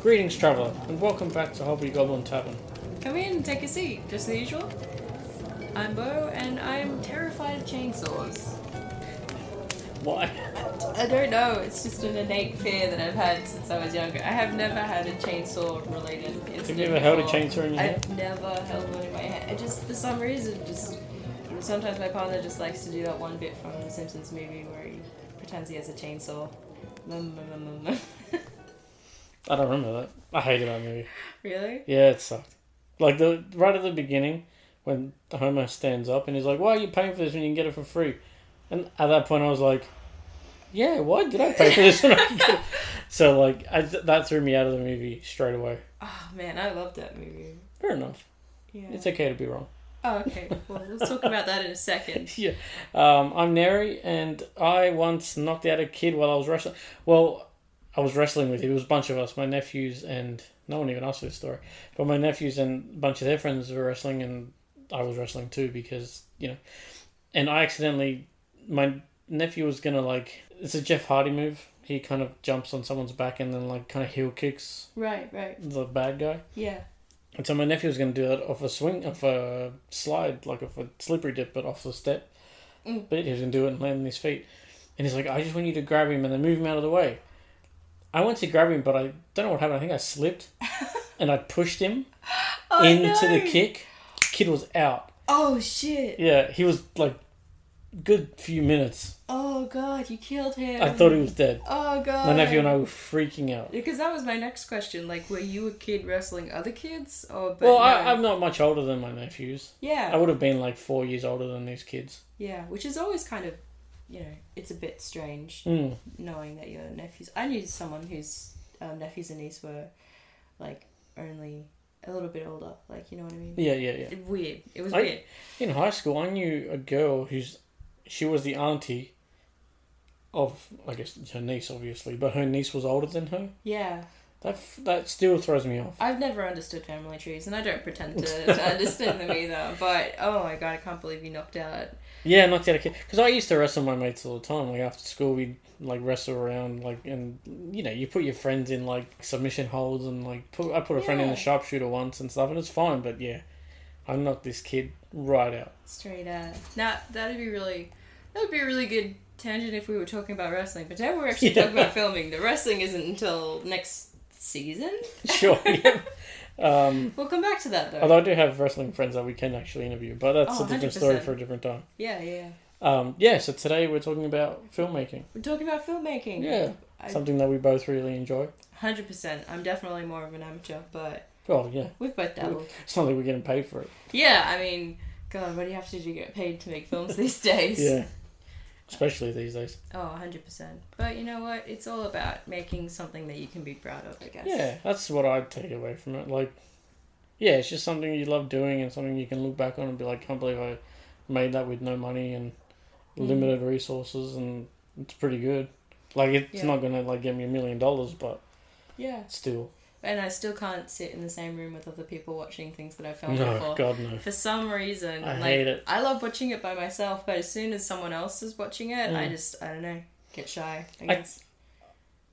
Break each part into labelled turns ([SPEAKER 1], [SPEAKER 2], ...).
[SPEAKER 1] Greetings, traveller, and welcome back to Hobgoblin Tavern.
[SPEAKER 2] Come in, take a seat, just the usual. I'm Bo, and I'm terrified of chainsaws.
[SPEAKER 1] Why?
[SPEAKER 2] I don't know, it's just an innate fear that I've had since I was younger. I have never had a chainsaw related incident.
[SPEAKER 1] Have you ever held a
[SPEAKER 2] before.
[SPEAKER 1] chainsaw in your hand?
[SPEAKER 2] I've never held one in my hand. I just, for some reason, just. Sometimes my partner just likes to do that one bit from the Simpsons movie where he pretends he has a chainsaw. Mm, mm, mm, mm, mm.
[SPEAKER 1] I don't remember that. I hated that movie.
[SPEAKER 2] really?
[SPEAKER 1] Yeah, it sucked. Like the right at the beginning, when Homer stands up and he's like, "Why are you paying for this when you can get it for free?" And at that point, I was like, "Yeah, why did I pay for this?" When I can get it? So like, I, that threw me out of the movie straight away.
[SPEAKER 2] Oh man, I love that movie.
[SPEAKER 1] Fair enough.
[SPEAKER 2] Yeah.
[SPEAKER 1] It's okay to be wrong.
[SPEAKER 2] oh, okay. Well, we'll talk about that in a second.
[SPEAKER 1] yeah. Um, I'm Neri, and I once knocked out a kid while I was wrestling. Well, I was wrestling with him. It was a bunch of us, my nephews, and no one even asked for this story. But my nephews and a bunch of their friends were wrestling, and I was wrestling too because you know. And I accidentally, my nephew was gonna like it's a Jeff Hardy move. He kind of jumps on someone's back and then like kind of heel kicks
[SPEAKER 2] Right, right.
[SPEAKER 1] the bad guy.
[SPEAKER 2] Yeah.
[SPEAKER 1] And so my nephew was going to do that off a swing, off a slide, like off a slippery dip, but off the step.
[SPEAKER 2] Mm.
[SPEAKER 1] But he was going to do it and land on his feet. And he's like, I just want you to grab him and then move him out of the way. I went to grab him, but I don't know what happened. I think I slipped and I pushed him
[SPEAKER 2] Oh,
[SPEAKER 1] into the
[SPEAKER 2] no.
[SPEAKER 1] kick. Kid was out.
[SPEAKER 2] Oh shit!
[SPEAKER 1] Yeah, he was like good few minutes.
[SPEAKER 2] Oh god, you killed him.
[SPEAKER 1] I thought he was dead.
[SPEAKER 2] Oh god.
[SPEAKER 1] My nephew and I were freaking out.
[SPEAKER 2] Because that was my next question. Like, were you a kid wrestling other kids, or? But
[SPEAKER 1] well,
[SPEAKER 2] no.
[SPEAKER 1] I, I'm not much older than my nephews. I
[SPEAKER 2] yeah,
[SPEAKER 1] would have been like four years older than these kids.
[SPEAKER 2] yeah. Which is always kind of, you know, it's a bit strange
[SPEAKER 1] Mm.
[SPEAKER 2] knowing that your nephews. I knew someone whose um, nephews and niece were, like, only a little bit older. Like, you know what I mean?
[SPEAKER 1] Yeah, yeah, yeah.
[SPEAKER 2] Weird. It was
[SPEAKER 1] I-
[SPEAKER 2] weird.
[SPEAKER 1] In high school, I knew a girl who's she was the auntie of, I guess, her niece, obviously, but her niece was older than her.
[SPEAKER 2] Yeah.
[SPEAKER 1] That f- that still throws me off.
[SPEAKER 2] I've never understood family trees, and I don't pretend to, to understand them either. But oh my god, I can't believe you knocked out.
[SPEAKER 1] Yeah, knocked out a kid because I used to wrestle my mates all the time. Like after school, we'd like wrestle around, like and you know, you put your friends in like submission holds and like put, I put a friend in
[SPEAKER 2] Yeah.
[SPEAKER 1] the sharpshooter once and stuff, and it's fine. But yeah, I knocked this kid right out.
[SPEAKER 2] Straight up. Now that'd be really that would be a really good tangent if we were talking about wrestling. But now we're actually
[SPEAKER 1] Yeah.
[SPEAKER 2] talking about filming. The wrestling isn't until next season.
[SPEAKER 1] Sure. yeah. Um,
[SPEAKER 2] We'll come back to that though.
[SPEAKER 1] although I do have wrestling friends that we can actually interview, but that's
[SPEAKER 2] Oh,
[SPEAKER 1] a different story
[SPEAKER 2] 100%.
[SPEAKER 1] for a different time.
[SPEAKER 2] yeah, yeah.
[SPEAKER 1] Um, yeah, so today we're talking about filmmaking.
[SPEAKER 2] We're talking about filmmaking.
[SPEAKER 1] Yeah,
[SPEAKER 2] I,
[SPEAKER 1] something that we both really enjoy.
[SPEAKER 2] 100%. I'm definitely more of an amateur, but
[SPEAKER 1] Well, yeah,
[SPEAKER 2] we've both dabbled.
[SPEAKER 1] it's not like we're getting paid for it.
[SPEAKER 2] Yeah, I mean, God, what do you have to do to get paid to make films these days?
[SPEAKER 1] Yeah, especially these days.
[SPEAKER 2] Oh, 100%. But you know what? It's all about making something that you can be proud of, I guess.
[SPEAKER 1] Yeah, that's what I take away from it. Like, yeah, it's just something you love doing and something you can look back on and be like, can't believe I made that with no money and
[SPEAKER 2] Mhm.
[SPEAKER 1] limited resources, and it's pretty good. Like, it's
[SPEAKER 2] Yeah.
[SPEAKER 1] not gonna like get me a million dollars, but
[SPEAKER 2] Yeah.
[SPEAKER 1] still,
[SPEAKER 2] And I still can't sit in the same room with other people watching things that I filmed
[SPEAKER 1] no,
[SPEAKER 2] before.
[SPEAKER 1] God no.
[SPEAKER 2] For some reason,
[SPEAKER 1] I
[SPEAKER 2] like
[SPEAKER 1] hate it.
[SPEAKER 2] I love watching it by myself, but as soon as someone else is watching it, I
[SPEAKER 1] Mm.
[SPEAKER 2] just I don't know, get shy. I guess.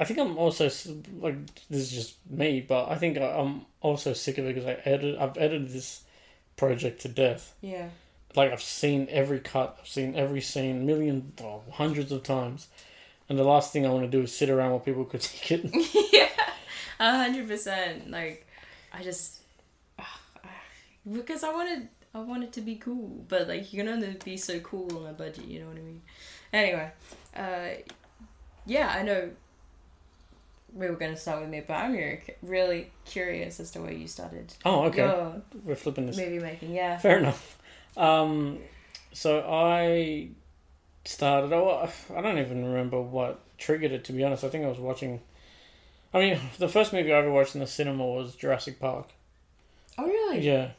[SPEAKER 1] I think I'm also s- like this is just me, but I think I- I'm also sick of it because I edit. I've edited this project to death.
[SPEAKER 2] yeah.
[SPEAKER 1] Like I've seen every cut, I've seen every scene, million, oh, hundreds of times, and the last thing I want to do is sit around while people critique it.
[SPEAKER 2] yeah. A hundred percent. Like I just because I wanted I wanted to be cool, but like you can only be so cool on a budget, you know what I mean? Anyway, uh yeah, I know we were gonna start with me, but I'm really cu- really curious as to where you started.
[SPEAKER 1] Oh, okay,
[SPEAKER 2] your
[SPEAKER 1] we're flipping this.
[SPEAKER 2] movie making, yeah.
[SPEAKER 1] Fair enough. Um, so I started. Oh, I don't even remember what triggered it. To be honest, I think I was watching. I mean, the first movie I ever watched in the cinema was Jurassic Park.
[SPEAKER 2] Oh really?
[SPEAKER 1] Yeah.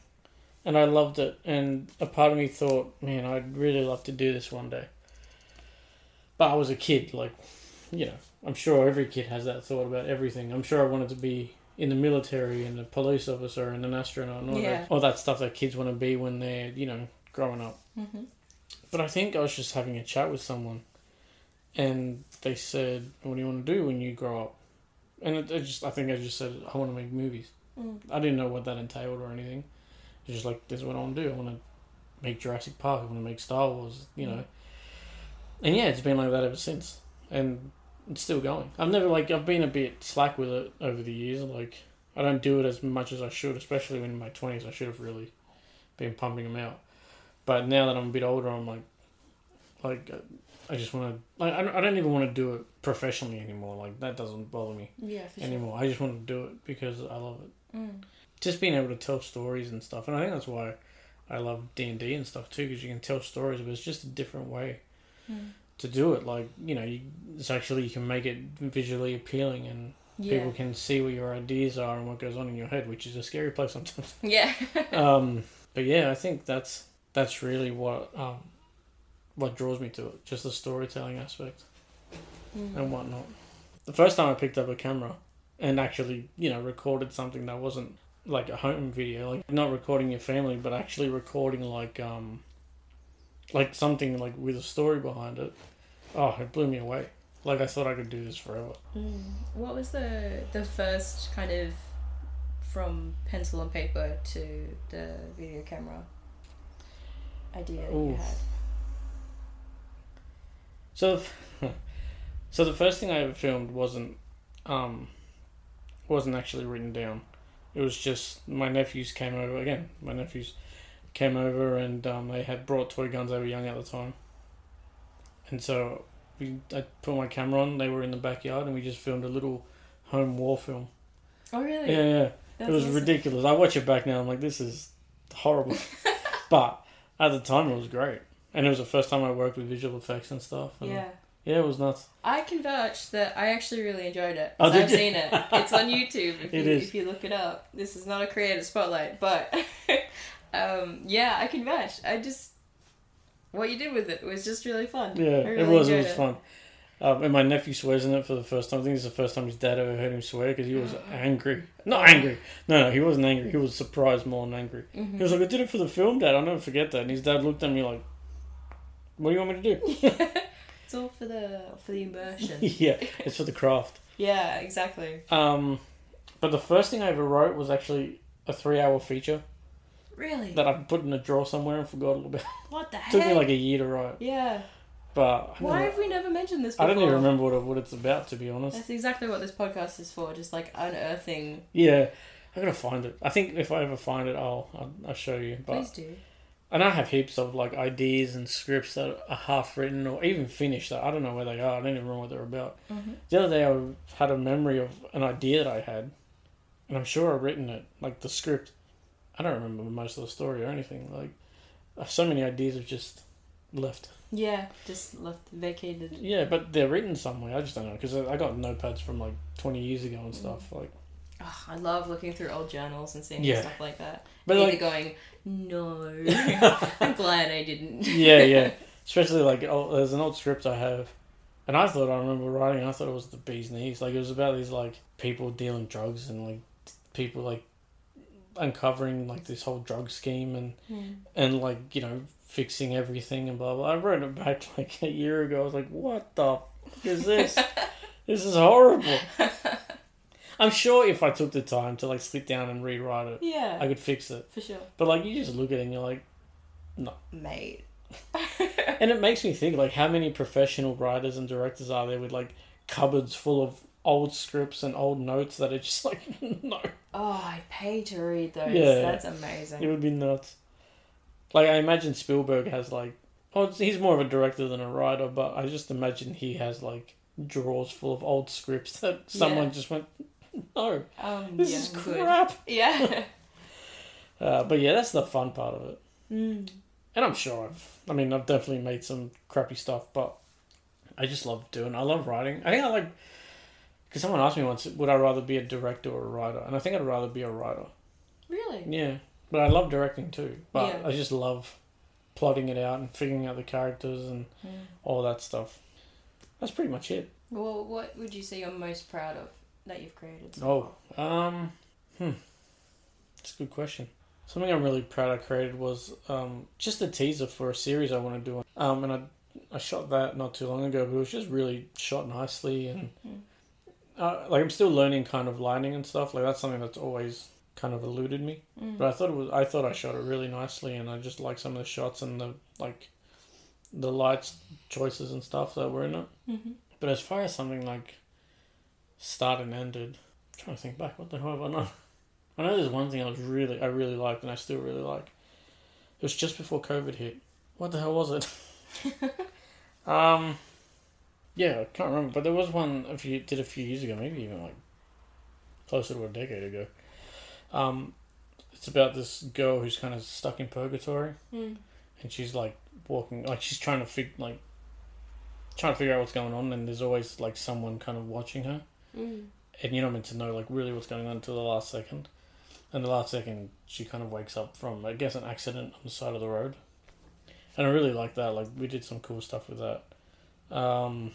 [SPEAKER 1] And I loved it. And a part of me thought, man, I'd really love to do this one day. But I was a kid. Like, you know, I'm sure every kid has that thought about everything. I'm sure I wanted to be in the military and a police officer and an astronaut and all,
[SPEAKER 2] Yeah.
[SPEAKER 1] that, all that stuff that kids want to be when they're, you know, growing up.
[SPEAKER 2] Mm-hmm.
[SPEAKER 1] But I think I was just having a chat with someone, and they said, "What do you want to do when you grow up?" and it, it just I think I just said I want to make movies.
[SPEAKER 2] Mm.
[SPEAKER 1] I didn't know what that entailed or anything. It's just like this is what I want to do. I want to make Jurassic Park. I want to make Star Wars. You know, and yeah, it's been like that ever since, and it's still going. I've never like I've been a bit slack with it over the years. Like I don't do it as much as I should, especially when in my twenties. I should have really been pumping them out. But now that I'm a bit older, I'm like, like I just want to. Like, I don't- I don't even want to do it professionally anymore. Like that doesn't bother me
[SPEAKER 2] Yeah, for sure.
[SPEAKER 1] anymore. I just want to do it because I love it.
[SPEAKER 2] Mm.
[SPEAKER 1] Just being able to tell stories and stuff, and I think that's why I love D and D and stuff too, because you can tell stories, but it's just a different way
[SPEAKER 2] Mm.
[SPEAKER 1] to do it. Like you know, you, it's actually you can make it visually appealing, and
[SPEAKER 2] Yeah.
[SPEAKER 1] people can see what your ideas are and what goes on in your head, which is a scary place sometimes.
[SPEAKER 2] Yeah.
[SPEAKER 1] um, but yeah, I think that's that's really what um, what draws me to it, just the storytelling aspect and
[SPEAKER 2] Mm.
[SPEAKER 1] whatnot. The first time I picked up a camera and actually, you know, recorded something that wasn't like a home video, like not recording your family, but actually recording like um like something like with a story behind it. Oh, it blew me away. Like I thought I could do this forever.
[SPEAKER 2] Mm. What was the the first kind of from pencil and paper to the video camera idea that you
[SPEAKER 1] Oof.
[SPEAKER 2] had?
[SPEAKER 1] So, the f- so the first thing I ever filmed wasn't, um, wasn't actually written down. It was just my nephews came over again. My nephews came over and um, they had brought toy guns. They were young at the time, and so we I put my camera on. They were in the backyard and we just filmed a little home war film.
[SPEAKER 2] Oh really?
[SPEAKER 1] Yeah, yeah.
[SPEAKER 2] That's
[SPEAKER 1] it was
[SPEAKER 2] awesome.
[SPEAKER 1] ridiculous. I watch it back now. I'm like, this is horrible. but at the time, it was great, and it was the first time I worked with visual effects and stuff. And
[SPEAKER 2] Yeah.
[SPEAKER 1] yeah, it was nuts.
[SPEAKER 2] I converged that I actually really enjoyed it.
[SPEAKER 1] Oh,
[SPEAKER 2] 'cause
[SPEAKER 1] did
[SPEAKER 2] I've
[SPEAKER 1] you?
[SPEAKER 2] seen it. It's on YouTube if,
[SPEAKER 1] It
[SPEAKER 2] you,
[SPEAKER 1] is.
[SPEAKER 2] if you look it up. This is not a creative spotlight, but um, yeah, I converged. I just what you did with it was just really fun.
[SPEAKER 1] Yeah,
[SPEAKER 2] I
[SPEAKER 1] it
[SPEAKER 2] really
[SPEAKER 1] was. It
[SPEAKER 2] enjoyed
[SPEAKER 1] was fun. Um, and my nephew swears in it for the first time. I think it's the first time his dad ever heard him swear because he was angry. Not angry. No, no, he wasn't angry. He was surprised more than angry.
[SPEAKER 2] Mhm.
[SPEAKER 1] He was like, "I did it for the film, Dad. I'll never forget that." And his dad looked at me like, "What do you want me to do?"
[SPEAKER 2] It's all for the for the immersion.
[SPEAKER 1] yeah, it's for the craft.
[SPEAKER 2] yeah, exactly.
[SPEAKER 1] Um, but the first thing I ever wrote was actually a three-hour feature
[SPEAKER 2] Really?
[SPEAKER 1] that I put in a drawer somewhere and forgot all about.
[SPEAKER 2] what the
[SPEAKER 1] It
[SPEAKER 2] heck?
[SPEAKER 1] took me like a year to write,
[SPEAKER 2] yeah.
[SPEAKER 1] but I,
[SPEAKER 2] Why
[SPEAKER 1] never,
[SPEAKER 2] have we never mentioned this
[SPEAKER 1] I
[SPEAKER 2] before?
[SPEAKER 1] don't even remember what, it- what it's about to be honest.
[SPEAKER 2] That's exactly what this podcast is for. Just like unearthing.
[SPEAKER 1] Yeah, I gotta find it. I think if I ever find it, I'll I'll, I'll show you. But
[SPEAKER 2] Please do.
[SPEAKER 1] and I have heaps of like ideas and scripts that are half written or even finished. That I don't know where they are. I don't even remember what they're about.
[SPEAKER 2] Mhm.
[SPEAKER 1] The other day, I had a memory of an idea that I had, and I'm sure I've written it, like the script. I don't remember most of the story or anything. Like uh, so many ideas have just left.
[SPEAKER 2] Yeah, just left vacated.
[SPEAKER 1] Yeah, but they're written somewhere. I just don't know because I I got notepads from like 20 years ago and stuff. Like,
[SPEAKER 2] Ugh, I love looking through old journals and seeing
[SPEAKER 1] Yeah.
[SPEAKER 2] stuff like that.
[SPEAKER 1] but
[SPEAKER 2] But Either
[SPEAKER 1] like
[SPEAKER 2] going, no, I'm glad I didn't.
[SPEAKER 1] yeah, yeah. Especially like oh, there's an old script I have, and I thought I remember writing. and I thought it was the bee's knees. Like it was about these like people dealing drugs and like people like uncovering like this whole drug scheme and
[SPEAKER 2] Hmm.
[SPEAKER 1] and like you know fixing everything and blah blah. I wrote it back like a year ago. I was like, what the fuck is this? this is horrible. I'm sure if I took the time to like sit down and rewrite it,
[SPEAKER 2] yeah,
[SPEAKER 1] I could fix it.
[SPEAKER 2] for sure,
[SPEAKER 1] But like you just look at it and you're like.
[SPEAKER 2] mate.
[SPEAKER 1] And it makes me think, like, how many professional writers and directors are there with like cupboards full of old scripts and old notes that are just like, no,
[SPEAKER 2] Oh, I pay to read those.
[SPEAKER 1] Yeah.
[SPEAKER 2] That's
[SPEAKER 1] it
[SPEAKER 2] amazing.
[SPEAKER 1] would be nuts. Like, I imagine Spielberg has like, oh, it's- he's more of a director than a writer, but I just imagine he has like drawers full of old scripts that someone
[SPEAKER 2] Yeah.
[SPEAKER 1] just went, no,
[SPEAKER 2] Um,
[SPEAKER 1] this
[SPEAKER 2] yeah,
[SPEAKER 1] is
[SPEAKER 2] good.
[SPEAKER 1] crap.
[SPEAKER 2] Yeah.
[SPEAKER 1] Uh, but yeah, that's the fun part of it.
[SPEAKER 2] Mm.
[SPEAKER 1] And I'm sure I've, I mean, I've definitely made some crappy stuff, but I just love doing. I love writing. I think I like because someone asked me once, would I rather be a director or a writer? And I think I'd rather be a writer.
[SPEAKER 2] Really?
[SPEAKER 1] Yeah, but I love directing too. But
[SPEAKER 2] Yeah.
[SPEAKER 1] I just love plotting it out and figuring out the characters and
[SPEAKER 2] Mm.
[SPEAKER 1] all that stuff. That's pretty much it.
[SPEAKER 2] Well, what would you say you're most proud of that you've created?
[SPEAKER 1] Oh, um, hmm. That's a good question. Something I'm really proud I created was um, just a teaser for a series I want to do. Um, and I, I shot that not too long ago, but it was just really shot nicely and
[SPEAKER 2] Mhm.
[SPEAKER 1] uh, like I'm still learning kind of lighting and stuff. Like that's something that's always kind of eluded me.
[SPEAKER 2] Mm.
[SPEAKER 1] But I thought it was I thought I shot it really nicely, and I just like some of the shots and the like, the lights choices and stuff that were in it.
[SPEAKER 2] Mm-hmm.
[SPEAKER 1] But as far as something like start and ended, I'm trying to think back, what the hell have I done? I know there's one thing I was really, I really liked, and I still really like. It was just before COVID hit. What the hell was it? um, yeah, I can't remember, but there was one a few did a few years ago, maybe even like closer to a decade ago. Um, it's about this girl who's kind of stuck in purgatory
[SPEAKER 2] Mm.
[SPEAKER 1] and she's like walking like she's trying to fig- like trying to figure out what's going on and there's always like someone kind of watching her
[SPEAKER 2] Mm.
[SPEAKER 1] and you're not meant to know like really what's going on until the last second and the last second she kind of wakes up from i guess an accident on the side of the road and i really like that like we did some cool stuff with that um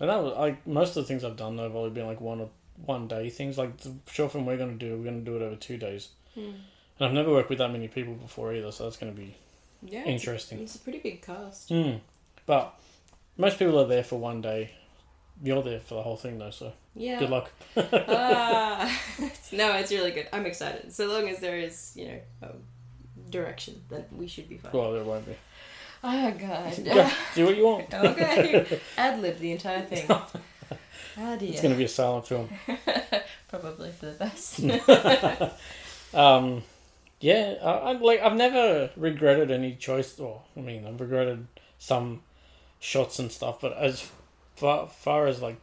[SPEAKER 1] and that was like most of the things i've done though have only been like one or one day things like the short film we're going to do we're going to do it over two days
[SPEAKER 2] Mm.
[SPEAKER 1] and i've never worked with that many people before either so that's going to be
[SPEAKER 2] Yeah. it's a-
[SPEAKER 1] interesting
[SPEAKER 2] It's a pretty big cast.
[SPEAKER 1] Mm. But most people are there for one day. You're there for the whole thing, though, so
[SPEAKER 2] Yeah.
[SPEAKER 1] good luck.
[SPEAKER 2] Ah. no, it's really good. I'm excited. So long as there is, you know, um, direction, then we should be fine.
[SPEAKER 1] Well, there won't be.
[SPEAKER 2] Oh god.
[SPEAKER 1] Go, do what you want.
[SPEAKER 2] okay. Ad lib the entire thing. Oh
[SPEAKER 1] It's
[SPEAKER 2] dear.
[SPEAKER 1] going to be a silent film.
[SPEAKER 2] Probably for the best.
[SPEAKER 1] Um, yeah, I, I, like, I've never regretted any choice. Or, I mean, I've regretted some shots and stuff, but as far, far as, like,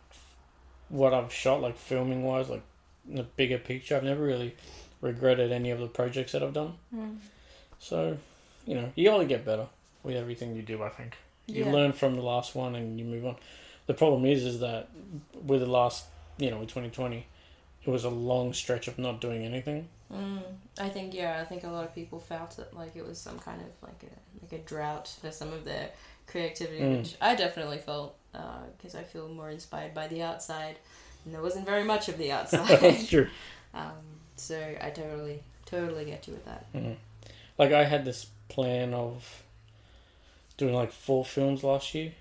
[SPEAKER 1] what I've shot, like, filming-wise, like, in the bigger picture, I've never really regretted any of the projects that I've done.
[SPEAKER 2] Mm.
[SPEAKER 1] So, you know, you only get better with everything you do, I think. You
[SPEAKER 2] Yeah.
[SPEAKER 1] learn from the last one and you move on. The problem is, is that with the last, you know, with 2020, it was a long stretch of not doing anything.
[SPEAKER 2] Mm, I think yeah, I think a lot of people felt it like it was some kind of like a like a drought for some of their creativity,
[SPEAKER 1] Mm.
[SPEAKER 2] which I definitely felt because I feel more inspired by the outside, and there wasn't very much of the
[SPEAKER 1] That's
[SPEAKER 2] outside.
[SPEAKER 1] true.
[SPEAKER 2] um, so I totally totally get you with that.
[SPEAKER 1] Mhm. Like I had this plan of doing like four films last year.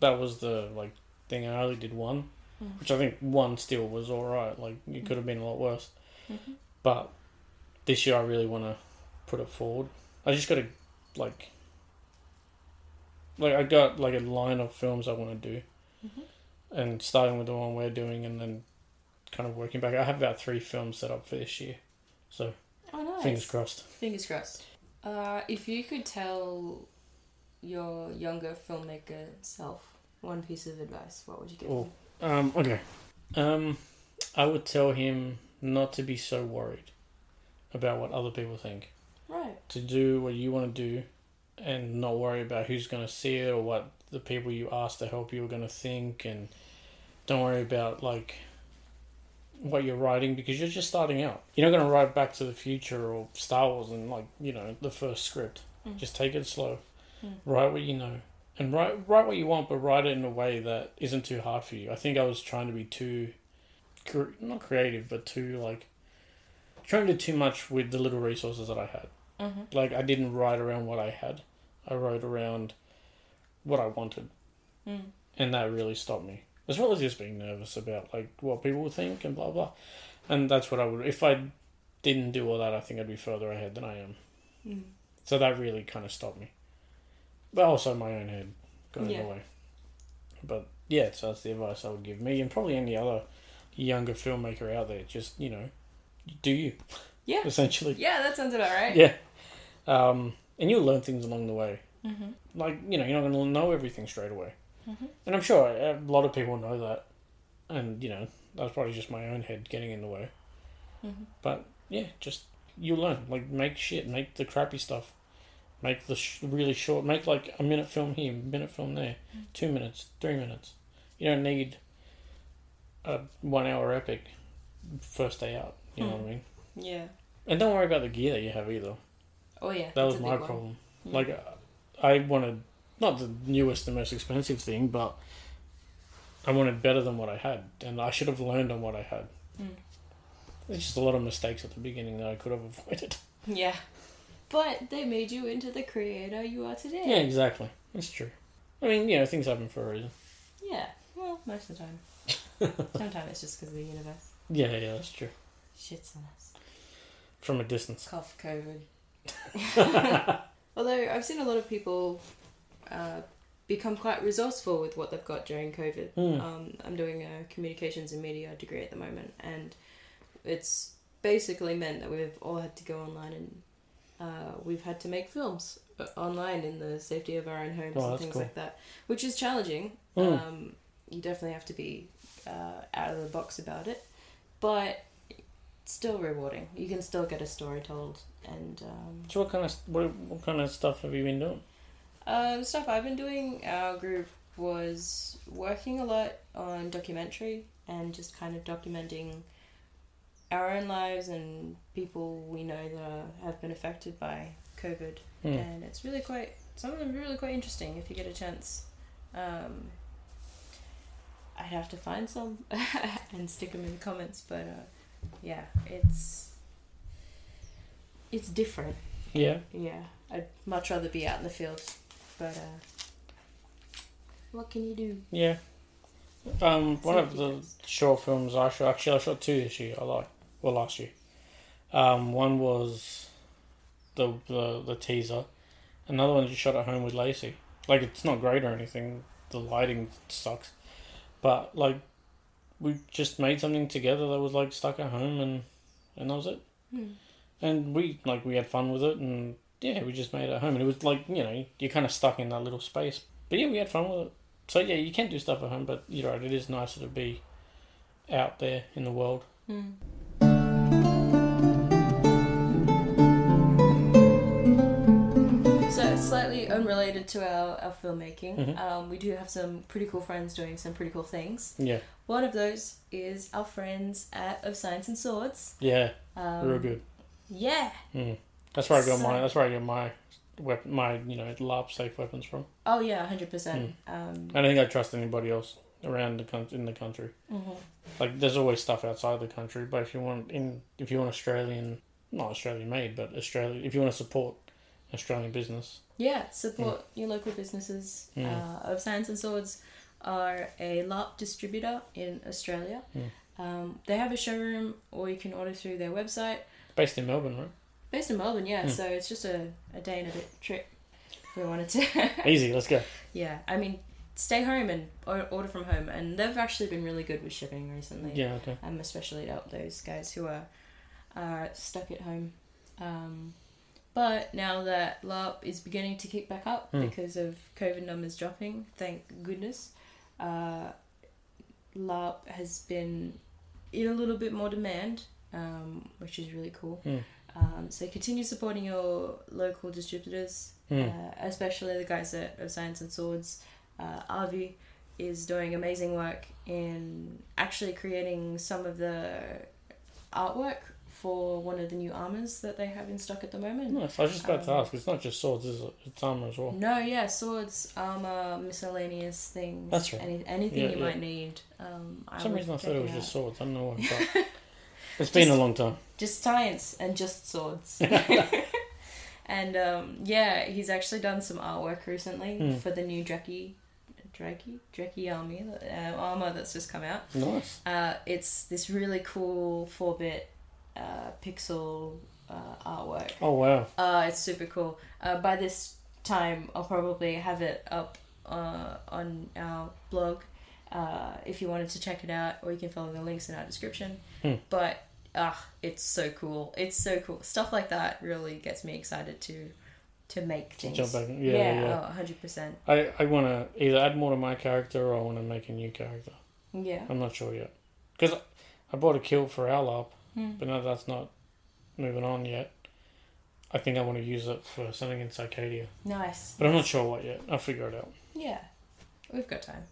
[SPEAKER 1] That was the like thing. I only did one,
[SPEAKER 2] Mm.
[SPEAKER 1] which I think one still was all right. Like it could have been a lot worse,
[SPEAKER 2] Mhm.
[SPEAKER 1] but this year I really want to put it forward. I just got to like like I got like a line of films I want to do,
[SPEAKER 2] Mhm.
[SPEAKER 1] and starting with the one we're doing, and then kind of working back. I have about three films set up for this year, so
[SPEAKER 2] Oh nice.
[SPEAKER 1] fingers crossed.
[SPEAKER 2] Fingers crossed. Uh, if you could tell your younger filmmaker self one piece of advice, what would you give?
[SPEAKER 1] Oh.
[SPEAKER 2] them?
[SPEAKER 1] Um, okay. Um, I would tell him not to be so worried about what other people think.
[SPEAKER 2] Right.
[SPEAKER 1] To do what you want to do and not worry about who's going to see it or what the people you ask to help you are going to think and don't worry about like what you're writing because you're just starting out. You're not going to write Back to the Future or Star Wars and like, you know, the first script.
[SPEAKER 2] Mm.
[SPEAKER 1] Just take it slow.
[SPEAKER 2] Mm.
[SPEAKER 1] Write what you know and write write what you want, but write it in a way that isn't too hard for you. I think I was trying to be too, cre- not creative, but too like trying to do too much with the little resources that I had.
[SPEAKER 2] Mm-hmm.
[SPEAKER 1] Like I didn't write around what I had. I wrote around what I wanted,
[SPEAKER 2] Mm.
[SPEAKER 1] and that really stopped me. As well as just being nervous about like what people would think and blah blah. And that's what I would if I didn't do all that. I think I'd be further ahead than I am.
[SPEAKER 2] Mm.
[SPEAKER 1] So that really kind of stopped me. But also my own head got in
[SPEAKER 2] Yeah.
[SPEAKER 1] the way. But yeah, so that's the advice I would give me and probably any other younger filmmaker out there. Just, you know, do you,
[SPEAKER 2] Yeah.
[SPEAKER 1] essentially.
[SPEAKER 2] Yeah, that sounds about right.
[SPEAKER 1] Yeah. Um, and you'll learn things along the way.
[SPEAKER 2] Mm-hmm.
[SPEAKER 1] Like, you know, you're not going to know everything straight away.
[SPEAKER 2] Mhm.
[SPEAKER 1] And I'm sure a lot of people know that. And, you know, that was probably just my own head getting in the way.
[SPEAKER 2] Mm-hmm.
[SPEAKER 1] But yeah, just you learn. Like make shit, make the crappy stuff, make the sh- really short. Make like a minute film here, minute film there,
[SPEAKER 2] Mm.
[SPEAKER 1] two minutes, three minutes. You don't need a one-hour epic first day out. You
[SPEAKER 2] Hmm.
[SPEAKER 1] know what I mean?
[SPEAKER 2] Yeah.
[SPEAKER 1] And don't worry about the gear that you have either.
[SPEAKER 2] Oh yeah.
[SPEAKER 1] That
[SPEAKER 2] that's
[SPEAKER 1] was
[SPEAKER 2] a
[SPEAKER 1] my
[SPEAKER 2] big one.
[SPEAKER 1] problem.
[SPEAKER 2] Mm.
[SPEAKER 1] Like, uh, I wanted not the newest and most expensive thing, but I wanted better than what I had, and I should have learned on what I had.
[SPEAKER 2] Mm.
[SPEAKER 1] There's just a lot of mistakes at the beginning that I could have avoided.
[SPEAKER 2] Yeah. But they made you into the creator you are today.
[SPEAKER 1] Yeah, exactly. That's true. I mean, you know, things happen for a reason.
[SPEAKER 2] Yeah. Well, most of the time. Sometimes it's just because the universe
[SPEAKER 1] Yeah, yeah, that's true.
[SPEAKER 2] shits on us.
[SPEAKER 1] From a distance.
[SPEAKER 2] Cough COVID. Although I've seen a lot of people uh, become quite resourceful with what they've got during COVID.
[SPEAKER 1] Hmm.
[SPEAKER 2] Um, I'm doing a communications and media degree at the moment, and it's basically meant that we've all had to go online and uh, we've had to make films uh, online in the safety of our own homes
[SPEAKER 1] Oh,
[SPEAKER 2] and
[SPEAKER 1] that's
[SPEAKER 2] things
[SPEAKER 1] cool.
[SPEAKER 2] like that, which is challenging.
[SPEAKER 1] Mm.
[SPEAKER 2] Um, you definitely have to be uh, out of the box about it, but it's still rewarding. You can still get a story told, and um,
[SPEAKER 1] So what kind of what, what kind of stuff have you been doing?
[SPEAKER 2] uh, the stuff I've been doing, our group was working a lot on documentary and just kind of documenting our own lives and people we know that are, have been affected by COVID.
[SPEAKER 1] Hmm.
[SPEAKER 2] And it's really quite, some of them are really quite interesting if you get a chance. Um, I'd have to find some and stick them in the comments, but uh, yeah, it's it's different.
[SPEAKER 1] Yeah.
[SPEAKER 2] Yeah, I'd much rather be out in the field, but uh, what can you do?
[SPEAKER 1] Yeah. Um,
[SPEAKER 2] It's
[SPEAKER 1] one
[SPEAKER 2] not
[SPEAKER 1] of the
[SPEAKER 2] because-
[SPEAKER 1] short films I shot, actually, I shot two this year. I like, well, last year. Um, one was the the, the teaser. Another one you shot at home with Lacey. Like, it's not great or anything. The lighting sucks, but like, we just made something together that was like stuck at home, and and that was it.
[SPEAKER 2] Hmm.
[SPEAKER 1] And we like we had fun with it, and yeah, we just made it at home. And it was like you know you're kind of stuck in that little space, but yeah, we had fun with it. So yeah, you can do stuff at home, but you're right. It is nicer to be out there in the world.
[SPEAKER 2] Hmm. So slightly unrelated to our, our filmmaking,
[SPEAKER 1] Mhm.
[SPEAKER 2] um, we do have some pretty cool friends doing some pretty cool things.
[SPEAKER 1] Yeah,
[SPEAKER 2] One of those is our friends at of Science and Swords.
[SPEAKER 1] yeah,
[SPEAKER 2] Um,
[SPEAKER 1] real good.
[SPEAKER 2] Yeah.
[SPEAKER 1] Mm. That's where I got
[SPEAKER 2] so-
[SPEAKER 1] my. That's where I got my. Wep- my you know LARP safe weapons from.
[SPEAKER 2] Oh yeah, hundred percent.
[SPEAKER 1] Hmm.
[SPEAKER 2] Um,
[SPEAKER 1] I don't think I trust anybody else around the coun- in the country.
[SPEAKER 2] mhm.
[SPEAKER 1] Like there's always stuff outside the country, but if you want in if you want Australian, not Australian made, but Australia if you want to support Australian business,
[SPEAKER 2] Yeah, support your local businesses.
[SPEAKER 1] Mm.
[SPEAKER 2] Uh, of Science and Swords are a LARP distributor in Australia.
[SPEAKER 1] Mm.
[SPEAKER 2] Um, they have a showroom, or you can order through their website.
[SPEAKER 1] based in Melbourne, right?
[SPEAKER 2] Based in Melbourne, yeah,
[SPEAKER 1] Mm.
[SPEAKER 2] so it's just a, a day and a bit trip if we wanted to.
[SPEAKER 1] Easy, let's go.
[SPEAKER 2] yeah, I mean, stay home and or- order from home, and they've actually been really good with shipping recently.
[SPEAKER 1] Yeah, okay.
[SPEAKER 2] Um, especially to help those guys who are uh, stuck at home. Um, but now that LARP is beginning to kick back up
[SPEAKER 1] Hmm.
[SPEAKER 2] because of COVID numbers dropping, thank goodness, uh, LARP has been in a little bit more demand, um, which is really cool.
[SPEAKER 1] Hmm.
[SPEAKER 2] Um, so continue supporting your local distributors,
[SPEAKER 1] Mm.
[SPEAKER 2] uh, especially the guys at of Science and Swords. Uh, Avi is doing amazing work in actually creating some of the artwork for one of the new armors that they have in stock at the moment.
[SPEAKER 1] Nice. I was just about to
[SPEAKER 2] Um,
[SPEAKER 1] ask. It's not just swords, is it? It's armor as well.
[SPEAKER 2] No, yeah, swords, armor, miscellaneous things.
[SPEAKER 1] That's right.
[SPEAKER 2] Any, anything
[SPEAKER 1] Yeah,
[SPEAKER 2] you
[SPEAKER 1] yeah.
[SPEAKER 2] might need. Um, I
[SPEAKER 1] For some
[SPEAKER 2] would
[SPEAKER 1] reason, I
[SPEAKER 2] check
[SPEAKER 1] thought it was
[SPEAKER 2] out.
[SPEAKER 1] just swords. I don't know why. But it's been a long time.
[SPEAKER 2] just science and just swords. and um, yeah, he's actually done some artwork recently
[SPEAKER 1] Hmm.
[SPEAKER 2] for the new Dreki, Dreki, Dreki army uh, armor that's just come out.
[SPEAKER 1] Nice.
[SPEAKER 2] Uh, it's this really cool four bit uh, pixel uh, artwork.
[SPEAKER 1] Oh wow.
[SPEAKER 2] Uh, it's super cool. Uh, by this time, I'll probably have it up uh, on our blog uh, if you wanted to check it out, or you can follow the links in our description.
[SPEAKER 1] Hmm.
[SPEAKER 2] But ah, it's so cool. It's so cool. Stuff like that really gets me excited to to make
[SPEAKER 1] To
[SPEAKER 2] things. oh,
[SPEAKER 1] jump back. in- Yeah, yeah. yeah.
[SPEAKER 2] hundred percent.
[SPEAKER 1] I, I want to either add more to my character or I want to make a new character.
[SPEAKER 2] Yeah.
[SPEAKER 1] I'm not sure yet. Because I bought a kilt for our LARP,
[SPEAKER 2] Hmm.
[SPEAKER 1] but no, that's not moving on yet. I think I want to use it for something in Cycadia.
[SPEAKER 2] Nice.
[SPEAKER 1] But I'm not sure what yet. I'll figure it out.
[SPEAKER 2] Yeah, we've got time.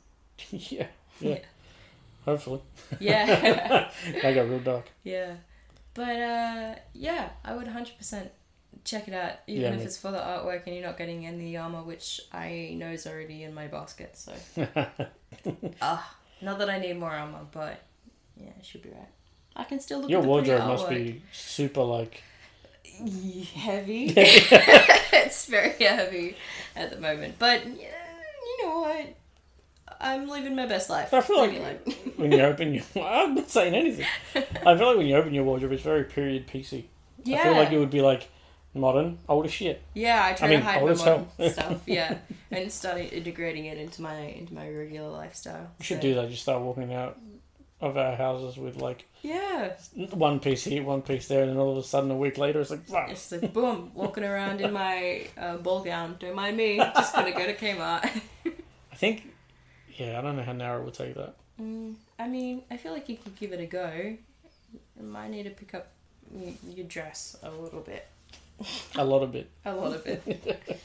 [SPEAKER 1] yeah. Yeah.
[SPEAKER 2] Yeah.
[SPEAKER 1] Hopefully.
[SPEAKER 2] Yeah.
[SPEAKER 1] That got real dark.
[SPEAKER 2] Yeah. But uh, yeah, I would 100% check it out, even
[SPEAKER 1] Yeah,
[SPEAKER 2] if
[SPEAKER 1] me-
[SPEAKER 2] it's for the artwork and you're not getting any armor, which I know is already in my basket. So, ah, not that I need more armor, but yeah, it should be right. I can still look
[SPEAKER 1] Your
[SPEAKER 2] at the pretty
[SPEAKER 1] wardrobe must
[SPEAKER 2] artwork.
[SPEAKER 1] be super like.
[SPEAKER 2] Ye- heavy. it's very heavy at the moment, but yeah, you know what? I'm living my best life.
[SPEAKER 1] I feel like-
[SPEAKER 2] Maybe, like
[SPEAKER 1] when you open your. I'm not saying anything. I feel like when you open your wardrobe, it's very period piecey.
[SPEAKER 2] yeah,
[SPEAKER 1] I feel like it would be like modern, old as shit.
[SPEAKER 2] yeah. I try
[SPEAKER 1] I mean,
[SPEAKER 2] to hide
[SPEAKER 1] old
[SPEAKER 2] my
[SPEAKER 1] as hell.
[SPEAKER 2] modern stuff. Yeah, and start integrating it into my into my regular lifestyle.
[SPEAKER 1] We should
[SPEAKER 2] So-
[SPEAKER 1] do that. Just start walking out of our houses with like
[SPEAKER 2] Yeah,
[SPEAKER 1] one piece here, one piece there, and then all of a sudden, a week later, it's like fuck.
[SPEAKER 2] it's like boom, walking around in my uh, ball gown. Don't mind me. Just gonna go to Kmart.
[SPEAKER 1] I think. Yeah, I don't know how Nara will take that.
[SPEAKER 2] Mm, I mean, I feel like you could give it a go. You might need to pick up y- your dress a little bit,
[SPEAKER 1] A lot of it.
[SPEAKER 2] a lot of it.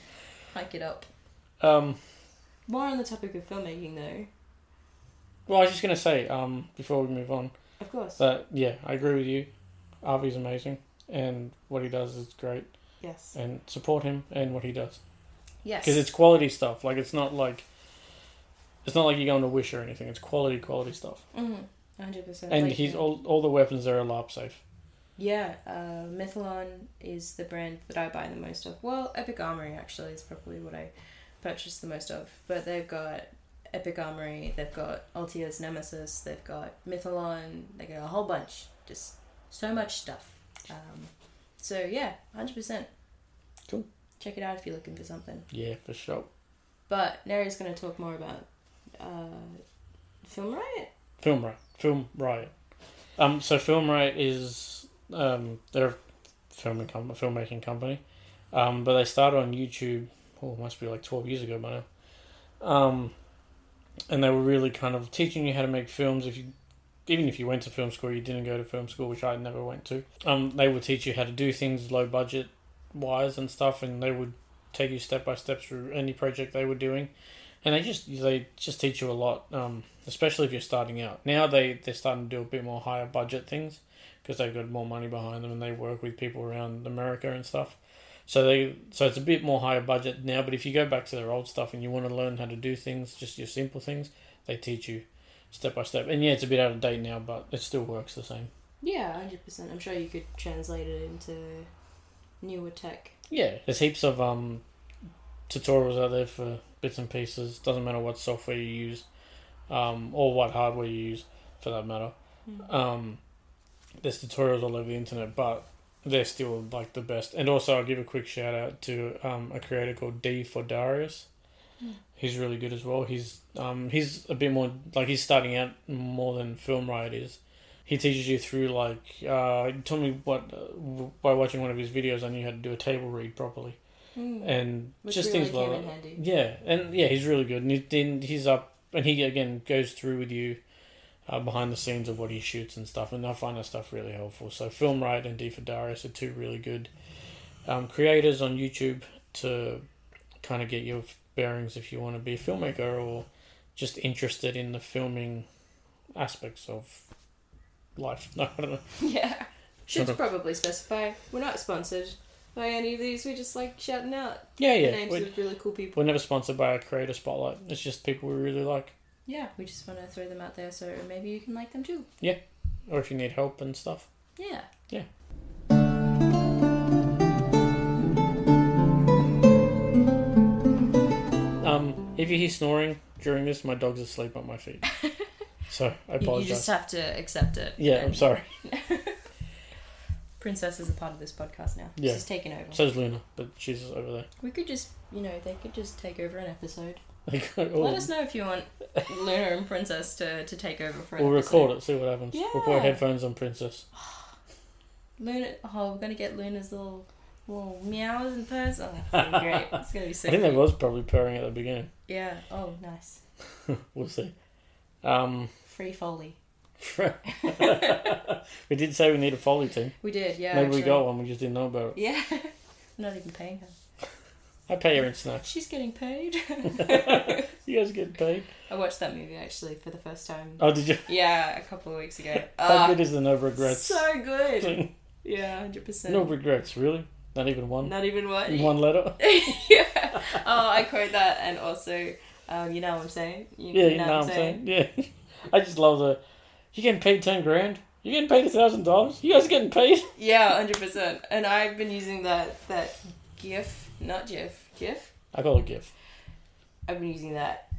[SPEAKER 2] Hike it up.
[SPEAKER 1] Um,
[SPEAKER 2] More on the topic of filmmaking, though.
[SPEAKER 1] well, I was just gonna say um, before we move on
[SPEAKER 2] Of course.
[SPEAKER 1] that yeah, I agree with you. Avi's amazing, and what he does is great,
[SPEAKER 2] yes.
[SPEAKER 1] and support him and what he does.
[SPEAKER 2] Yes.
[SPEAKER 1] because it's quality stuff. Like it's not like it's not like you're going to Wish or anything. It's quality, quality stuff.
[SPEAKER 2] Mhm, 100%.
[SPEAKER 1] and
[SPEAKER 2] Like,
[SPEAKER 1] he's
[SPEAKER 2] uh,
[SPEAKER 1] all all the weapons there are LARP safe.
[SPEAKER 2] Yeah, uh, Methylon is the brand that I buy the most of. Well, Epic Armory actually is probably what I purchase the most of. But they've got Epic Armory, they've got Altia's Nemesis, they've got Methylon, they got a whole bunch. Just so much stuff. Um, so yeah, 100%.
[SPEAKER 1] Cool.
[SPEAKER 2] Check it out if you're looking for something.
[SPEAKER 1] Yeah, for sure.
[SPEAKER 2] But Neri's going to talk more about uh, Film Riot?
[SPEAKER 1] Film Riot. Film Riot. Um, so Film Riot is um, they're a filming com- a filmmaking company, um, but they started on YouTube. Oh, it must be like twelve years ago by now. Um, and they were really kind of teaching you how to make films. If you even if you went to film school, you didn't go to film school, which I never went to. Um, they would teach you how to do things low budget wise and stuff, and they would take you step by step through any project they were doing and they just they just teach you a lot, um, especially if you're starting out. Now they they're starting to do a bit more higher budget things because they've got more money behind them and they work with people around America and stuff. So they so it's a bit more higher budget now. But if you go back to their old stuff and you want to learn how to do things, just your simple things, they teach you step by step. And yeah, it's a bit out of date now, but it still works the same.
[SPEAKER 2] Yeah, 100%. I'm sure you could translate it into newer tech.
[SPEAKER 1] Yeah, there's heaps of um, tutorials out there for bits and pieces. Doesn't matter what software you use, um, or what hardware you use, for that matter. Um, there's tutorials all over the internet, but they're still like the best. And also, I'll give a quick shout out to um, a creator called D for Darius.
[SPEAKER 2] Mm.
[SPEAKER 1] He's really good as well. He's um, he's a bit more like he's starting out more than film riot is. He teaches you through like uh, he told me what uh, w- by watching one of his videos I knew how to do a table read properly
[SPEAKER 2] Hmm.
[SPEAKER 1] and
[SPEAKER 2] Which
[SPEAKER 1] just
[SPEAKER 2] really
[SPEAKER 1] things like
[SPEAKER 2] came
[SPEAKER 1] that.
[SPEAKER 2] in handy.
[SPEAKER 1] Yeah, and yeah, he's really good. And he- then he's up, and he again goes through with you uh, behind the scenes of what he shoots and stuff. And I find that stuff really helpful. So Film Right and D for Darius are two really good um, creators on YouTube to kind of get your bearings if you want to be a filmmaker or just interested in the filming aspects of life. No, I don't know.
[SPEAKER 2] Yeah. Should
[SPEAKER 1] Sort of.
[SPEAKER 2] probably specify. We're not sponsored by any of these. We're just like shouting out
[SPEAKER 1] Yeah,
[SPEAKER 2] the names
[SPEAKER 1] yeah. We're,
[SPEAKER 2] of really cool people.
[SPEAKER 1] we're never sponsored by a creator spotlight. It's just people we really like.
[SPEAKER 2] Yeah, we just want to throw them out there so maybe you can like them too.
[SPEAKER 1] Or if you need help and stuff.
[SPEAKER 2] Yeah.
[SPEAKER 1] Yeah. Um, if you hear snoring during this, my dog's asleep at my feet. So I
[SPEAKER 2] You, you
[SPEAKER 1] apologize.
[SPEAKER 2] just have to accept it.
[SPEAKER 1] yeah, I'm
[SPEAKER 2] And
[SPEAKER 1] sorry.
[SPEAKER 2] Princess is a part of this podcast now.
[SPEAKER 1] Yeah.
[SPEAKER 2] She's taken over.
[SPEAKER 1] So's Luna, but she's over there.
[SPEAKER 2] we could just, you know, they could just take over an episode.
[SPEAKER 1] Like, oh,
[SPEAKER 2] Let us know if you want Luna and Princess to, to take over for an
[SPEAKER 1] we'll
[SPEAKER 2] episode.
[SPEAKER 1] record it, see what happens. We'll
[SPEAKER 2] Yeah.
[SPEAKER 1] put headphones on Princess.
[SPEAKER 2] Luna, oh, we're gonna get Luna's little little meows and purrs. Oh, that's gonna be great. It's gonna be so.
[SPEAKER 1] I think there
[SPEAKER 2] cute.
[SPEAKER 1] was probably purring at the beginning.
[SPEAKER 2] Yeah. Oh, nice.
[SPEAKER 1] We'll see. Um,
[SPEAKER 2] Free foley.
[SPEAKER 1] we did say we need a foley team.
[SPEAKER 2] We did. Yeah.
[SPEAKER 1] Maybe we
[SPEAKER 2] actually.
[SPEAKER 1] got one, we just didn't know about it.
[SPEAKER 2] Yeah. I'm not even paying her.
[SPEAKER 1] I pay her in snacks.
[SPEAKER 2] She's getting paid.
[SPEAKER 1] You guys get paid?
[SPEAKER 2] I watched that movie actually for the first time.
[SPEAKER 1] Oh, did you?
[SPEAKER 2] Yeah, a couple of weeks ago.
[SPEAKER 1] How
[SPEAKER 2] Ah,
[SPEAKER 1] good is the no regrets?
[SPEAKER 2] so good. Yeah, hundred percent.
[SPEAKER 1] no regrets, really? Not even one?
[SPEAKER 2] Not even one.
[SPEAKER 1] One letter?
[SPEAKER 2] yeah. Oh, I quote that, and also, um, you know what I'm saying. You,
[SPEAKER 1] Yeah, you know what I'm saying? Yeah. I just love the. You getting paid 10 grand? You getting paid a thousand dollars? You guys getting paid?
[SPEAKER 2] Yeah, hundred percent. And I've been using that that GIF, not GIF, GIF.
[SPEAKER 1] I call it GIF.
[SPEAKER 2] I've been using that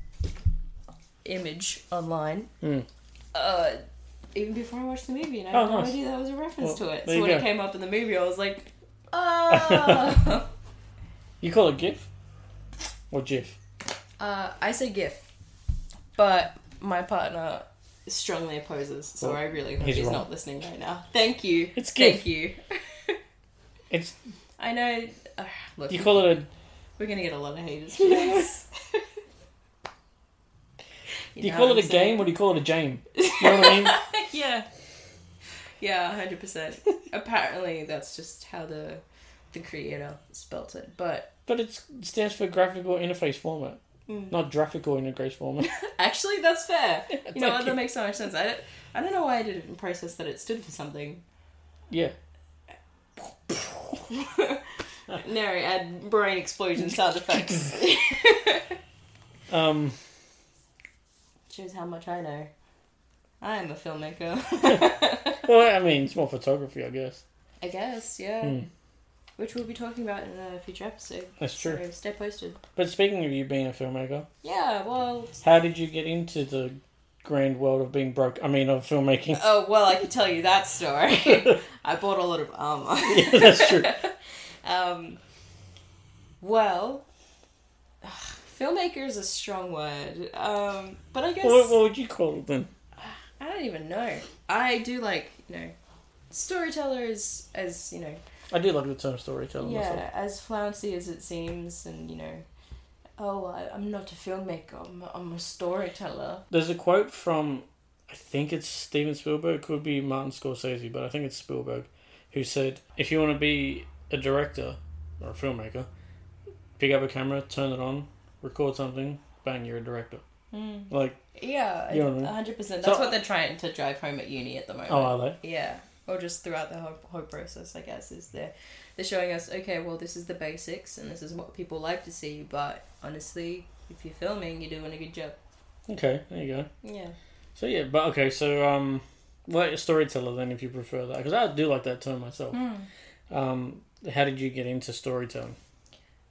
[SPEAKER 2] image online.
[SPEAKER 1] Hmm.
[SPEAKER 2] Uh, even before I watched the movie, and I
[SPEAKER 1] Oh,
[SPEAKER 2] had no
[SPEAKER 1] nice.
[SPEAKER 2] idea that was a reference
[SPEAKER 1] Well,
[SPEAKER 2] to
[SPEAKER 1] there
[SPEAKER 2] it. So
[SPEAKER 1] you
[SPEAKER 2] when it
[SPEAKER 1] go.
[SPEAKER 2] came up in the movie, I was like, oh.
[SPEAKER 1] You call it GIF or GIF?
[SPEAKER 2] uh, I say GIF, but my partner strongly opposes, so
[SPEAKER 1] Well,
[SPEAKER 2] I really hope
[SPEAKER 1] he's
[SPEAKER 2] he's,
[SPEAKER 1] wrong.
[SPEAKER 2] not listening right now. Thank you.
[SPEAKER 1] It's
[SPEAKER 2] Thank
[SPEAKER 1] GIF.
[SPEAKER 2] you.
[SPEAKER 1] It's
[SPEAKER 2] I know. Uh, look,
[SPEAKER 1] you call it a
[SPEAKER 2] we're gonna get a lot of haters for this.
[SPEAKER 1] do you call it a game or do you call it a jame? You know what I mean?
[SPEAKER 2] yeah. Yeah, hundred percent. Apparently, that's just how the the creator spelt it. But
[SPEAKER 1] But it's, it stands for graphical interface format,
[SPEAKER 2] Mm.
[SPEAKER 1] not graphical interface format.
[SPEAKER 2] actually, that's fair. You know
[SPEAKER 1] Thank
[SPEAKER 2] what?
[SPEAKER 1] you.
[SPEAKER 2] That makes so much sense. I don't, I don't know why I didn't process that it stood for something.
[SPEAKER 1] yeah. Oh.
[SPEAKER 2] No, add brain explosion sound effects.
[SPEAKER 1] Um,
[SPEAKER 2] Shows how much I know. I am a filmmaker.
[SPEAKER 1] well, I mean, it's more photography, I guess.
[SPEAKER 2] I guess, yeah.
[SPEAKER 1] Hmm,
[SPEAKER 2] Which we'll be talking about in a future episode.
[SPEAKER 1] that's true.
[SPEAKER 2] So stay posted.
[SPEAKER 1] But speaking of you being a filmmaker,
[SPEAKER 2] Yeah, well,
[SPEAKER 1] how did you get into the grand world of being broke? I mean, of filmmaking.
[SPEAKER 2] Oh well, I can tell you that story. I bought a lot of armor.
[SPEAKER 1] yeah, that's true.
[SPEAKER 2] Um, well, ugh, filmmaker is a strong word, um, but I guess
[SPEAKER 1] What, what would you call it then?
[SPEAKER 2] I don't even know. I do like you know storytellers as you know
[SPEAKER 1] I do love the term storyteller myself.
[SPEAKER 2] yeah as flouncy as it seems, and you know. Oh, I, I'm not a filmmaker. I'm, I'm a storyteller.
[SPEAKER 1] There's a quote from, I think it's Steven Spielberg, could be Martin Scorsese, but I think it's Spielberg, who said, if you want to be a director or a filmmaker, pick up a camera, turn it on, record something, bang, you're a director.
[SPEAKER 2] Mm.
[SPEAKER 1] Like,
[SPEAKER 2] Yeah,
[SPEAKER 1] You know what I mean?
[SPEAKER 2] 100%. That's
[SPEAKER 1] So-
[SPEAKER 2] what they're trying to drive home at uni at the moment.
[SPEAKER 1] oh, are they?
[SPEAKER 2] Yeah, or just throughout the whole, whole process, I guess, is they're, they're showing us, okay, well, this is the basics and this is what people like to see, but honestly, if you're filming, you're doing a good job.
[SPEAKER 1] Okay, there you go.
[SPEAKER 2] Yeah.
[SPEAKER 1] So yeah, but okay, so um, well, a storyteller then, if you prefer that, because I do like that term myself.
[SPEAKER 2] Hmm.
[SPEAKER 1] Um, how did you get into storytelling?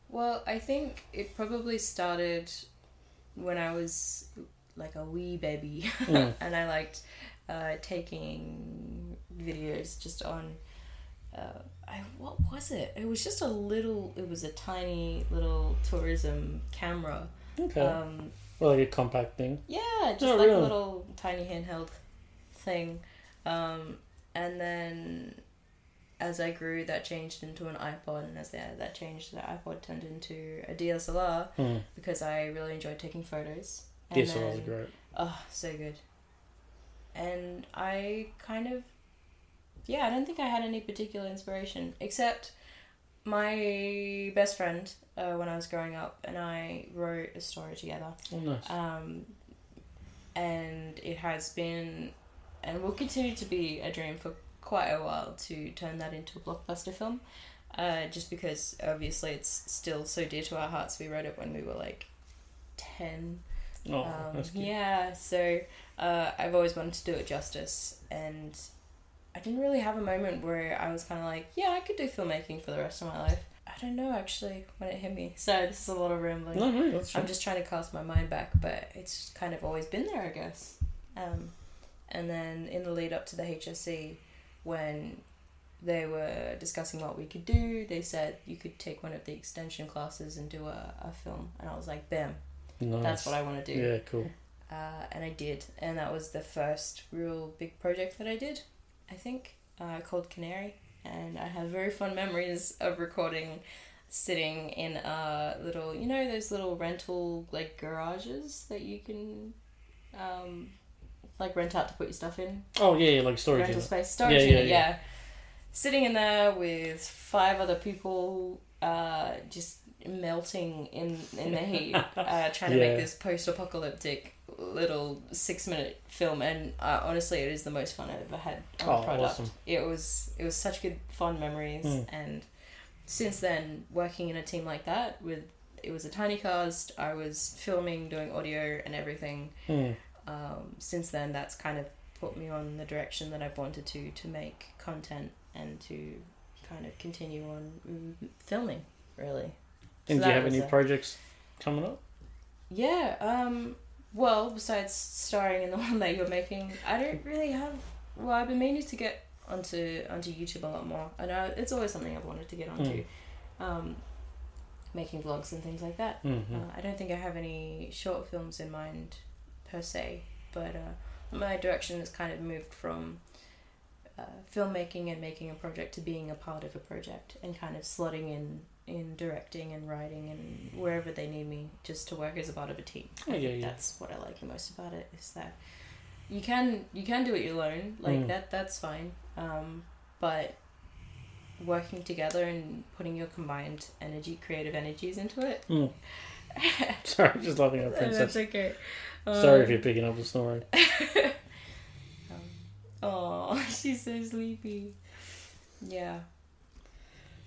[SPEAKER 2] Well, I think it probably started when I was like a wee baby,
[SPEAKER 1] Mm.
[SPEAKER 2] and I liked uh, taking videos just on. Uh, I, what was it? It was just a little. It was a tiny little tourism camera.
[SPEAKER 1] Okay,
[SPEAKER 2] Um,
[SPEAKER 1] well, like a compact thing.
[SPEAKER 2] Yeah, just
[SPEAKER 1] Oh,
[SPEAKER 2] like
[SPEAKER 1] really?
[SPEAKER 2] a little tiny handheld thing. Um, and then as I grew, that changed into an iPod, and as that, that changed, the iPod turned into a DSLR
[SPEAKER 1] Hmm.
[SPEAKER 2] because I really enjoyed taking photos. And
[SPEAKER 1] DSLRs are
[SPEAKER 2] then-
[SPEAKER 1] great.
[SPEAKER 2] Oh, so good. And I kind of, yeah, I don't think I had any particular inspiration except my best friend uh, when I was growing up, and I wrote a story together
[SPEAKER 1] Oh, nice.
[SPEAKER 2] um, and it has been and will continue to be a dream for quite a while to turn that into a blockbuster film uh, just because obviously it's still so dear to our hearts we wrote it when we were like 10
[SPEAKER 1] Oh,
[SPEAKER 2] um,
[SPEAKER 1] that's cute.
[SPEAKER 2] yeah so uh, i've always wanted to do it justice and i didn't really have a moment where i was kind of like yeah i could do filmmaking for the rest of my life i don't know actually when it hit me so this is a lot of rambling
[SPEAKER 1] No, no, that's
[SPEAKER 2] I'm
[SPEAKER 1] true.
[SPEAKER 2] just trying to cast my mind back, but it's just kind of always been there, I guess. Um, and then in the lead up to the HSC, when they were discussing what we could do, they said you could take one of the extension classes and do a, a film. And I was like, bam,
[SPEAKER 1] Nice.
[SPEAKER 2] that's what I want to do.
[SPEAKER 1] Yeah, cool.
[SPEAKER 2] Uh, and I did. And that was the first real big project that I did, I think, uh, called Canary. And I have very fond memories of recording sitting in a little, you know, those little rental like garages that you can um, like rent out to put your stuff in.
[SPEAKER 1] Oh yeah, yeah like storage
[SPEAKER 2] rental
[SPEAKER 1] unit.
[SPEAKER 2] space, storage
[SPEAKER 1] yeah,
[SPEAKER 2] unit,
[SPEAKER 1] yeah.
[SPEAKER 2] yeah, Sitting in there with five other people, uh, just melting in in the heat, uh, trying to
[SPEAKER 1] Yeah.
[SPEAKER 2] make this post-apocalyptic little six-minute film. And uh, honestly, it is the most fun I've ever had on
[SPEAKER 1] Oh,
[SPEAKER 2] the product.
[SPEAKER 1] awesome.
[SPEAKER 2] It was it was such good fond memories,
[SPEAKER 1] Hmm.
[SPEAKER 2] and since then, working in a team like that with it was a tiny cast. I was filming, doing audio, and everything
[SPEAKER 1] Hmm.
[SPEAKER 2] um, since then that's kind of put me on the direction that I've wanted to to make content and to kind of continue on mm, filming really. So
[SPEAKER 1] And do
[SPEAKER 2] that
[SPEAKER 1] you have
[SPEAKER 2] was
[SPEAKER 1] any
[SPEAKER 2] a-
[SPEAKER 1] projects coming up?
[SPEAKER 2] yeah, um Well, besides starring in the one that you're making, I don't really have. Well, I've been meaning to get onto onto YouTube a lot more. I know it's always something I've wanted to get onto, um, making vlogs and things like that.
[SPEAKER 1] Mm-hmm.
[SPEAKER 2] Uh, I don't think I have any short films in mind per se, but uh, my direction has kind of moved from uh, filmmaking and making a project to being a part of a project and kind of slotting in in directing and writing and wherever they need me just to work as a part of a team.
[SPEAKER 1] Yeah,
[SPEAKER 2] I
[SPEAKER 1] Oh, yeah,
[SPEAKER 2] think
[SPEAKER 1] yeah.
[SPEAKER 2] That's what I like the most about it is that you can you can do it alone like
[SPEAKER 1] Mm.
[SPEAKER 2] that that's fine, um, but working together and putting your combined energy creative energies into it
[SPEAKER 1] Hmm. Sorry, I'm just laughing at
[SPEAKER 2] Oh, That's Um,
[SPEAKER 1] Princess.
[SPEAKER 2] okay. Uh,
[SPEAKER 1] Sorry if you're picking up the snoring.
[SPEAKER 2] Oh, she's so sleepy. Yeah.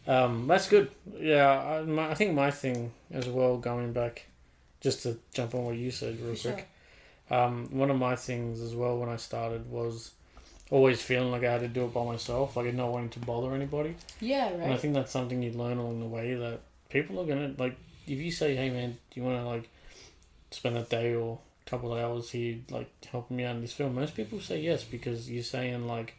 [SPEAKER 1] Um, that's good. Yeah, I, my, I think my thing as well, going back, just to jump on what you said real
[SPEAKER 2] For sure.
[SPEAKER 1] quick. Um, one of my things as well when I started was always feeling like I had to do it by myself, like not wanting to bother anybody.
[SPEAKER 2] Yeah.
[SPEAKER 1] And I
[SPEAKER 2] Right.
[SPEAKER 1] think that's something you learn along the way that people are gonna like if you say, Hey man, do you wanna like spend a day or couple of hours here like helping me out in this film? Most people say yes because you're saying like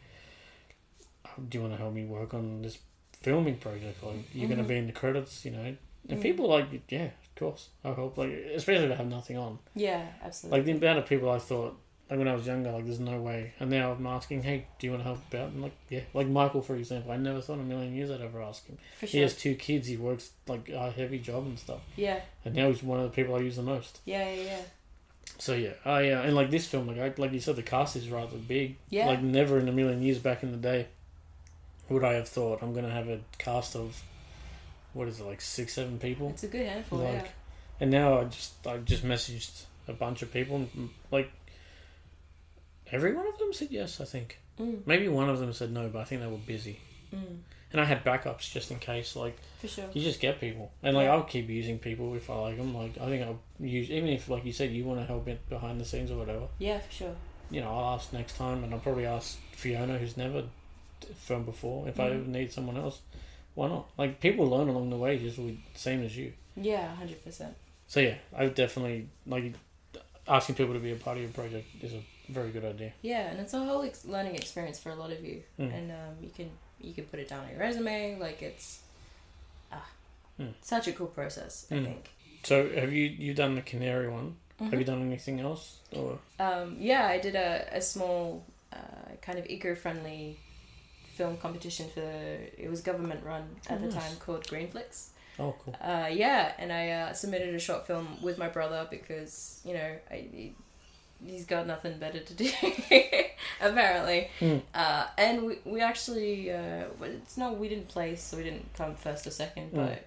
[SPEAKER 1] "Oh, do you wanna help me work on this filming project? Like you're gonna
[SPEAKER 2] Mhm.
[SPEAKER 1] be in the credits, you know? And
[SPEAKER 2] Mm.
[SPEAKER 1] people are like, Yeah, of course. I'll help like especially if I have nothing on.
[SPEAKER 2] Yeah.
[SPEAKER 1] Like the
[SPEAKER 2] Absolutely.
[SPEAKER 1] amount of people I thought, like when I was younger, like there's no way. And now I'm asking, hey, do you want to help out? And like, yeah, like Michael for example, I never thought in a million years I'd ever ask him.
[SPEAKER 2] For
[SPEAKER 1] He
[SPEAKER 2] sure.
[SPEAKER 1] has two kids. He works like a heavy job and stuff.
[SPEAKER 2] Yeah.
[SPEAKER 1] And now he's one of the people I use the most.
[SPEAKER 2] Yeah. Yeah. Yeah.
[SPEAKER 1] So yeah, I uh, and like this film, like I, like you said, the cast is rather big.
[SPEAKER 2] Yeah.
[SPEAKER 1] Like never in a million years back in the day would I have thought I'm gonna have a cast of what is it like six, seven people.
[SPEAKER 2] It's a good handful.
[SPEAKER 1] Like, and now I just I just messaged a bunch of people, and, mm, like every one of them said yes. I think
[SPEAKER 2] yeah. Mm,
[SPEAKER 1] maybe one of them said no, but I think they were busy.
[SPEAKER 2] mm,
[SPEAKER 1] And I had backups just in case. Like
[SPEAKER 2] for sure.
[SPEAKER 1] you just get people, and like
[SPEAKER 2] Yeah.
[SPEAKER 1] I'll keep using people if I like them. Like I think I'll use even if like you said you want to help it behind the scenes or whatever.
[SPEAKER 2] Yeah. For sure.
[SPEAKER 1] You know I'll ask next time, and I'll probably ask Fiona who's never d- filmed before if I
[SPEAKER 2] Mhm.
[SPEAKER 1] need someone else. Why not? Like people learn along the way, just with same as you.
[SPEAKER 2] Yeah. Hundred percent.
[SPEAKER 1] So yeah, I would definitely like asking people to be a part of your project is a very good idea.
[SPEAKER 2] Yeah, and it's a whole ex- learning experience for a lot of you,
[SPEAKER 1] Mm.
[SPEAKER 2] and um, you can you can put it down on your resume. Like it's, ah,
[SPEAKER 1] Mm.
[SPEAKER 2] such a cool process. I
[SPEAKER 1] Mm.
[SPEAKER 2] think.
[SPEAKER 1] So have you you done the canary one? Have
[SPEAKER 2] Mhm.
[SPEAKER 1] you done anything else? Or
[SPEAKER 2] Um, yeah, I did a, a small uh, kind of eco-friendly film competition for it was government run
[SPEAKER 1] Oh,
[SPEAKER 2] at
[SPEAKER 1] nice.
[SPEAKER 2] the time called Greenflix.
[SPEAKER 1] oh cool.
[SPEAKER 2] Uh, yeah, and I uh, submitted a short film with my brother because you know I, he, he's got nothing better to do apparently.
[SPEAKER 1] Hmm.
[SPEAKER 2] Uh, and we we actually uh, well, it's not we didn't place so we didn't come first or second,
[SPEAKER 1] Hmm.
[SPEAKER 2] but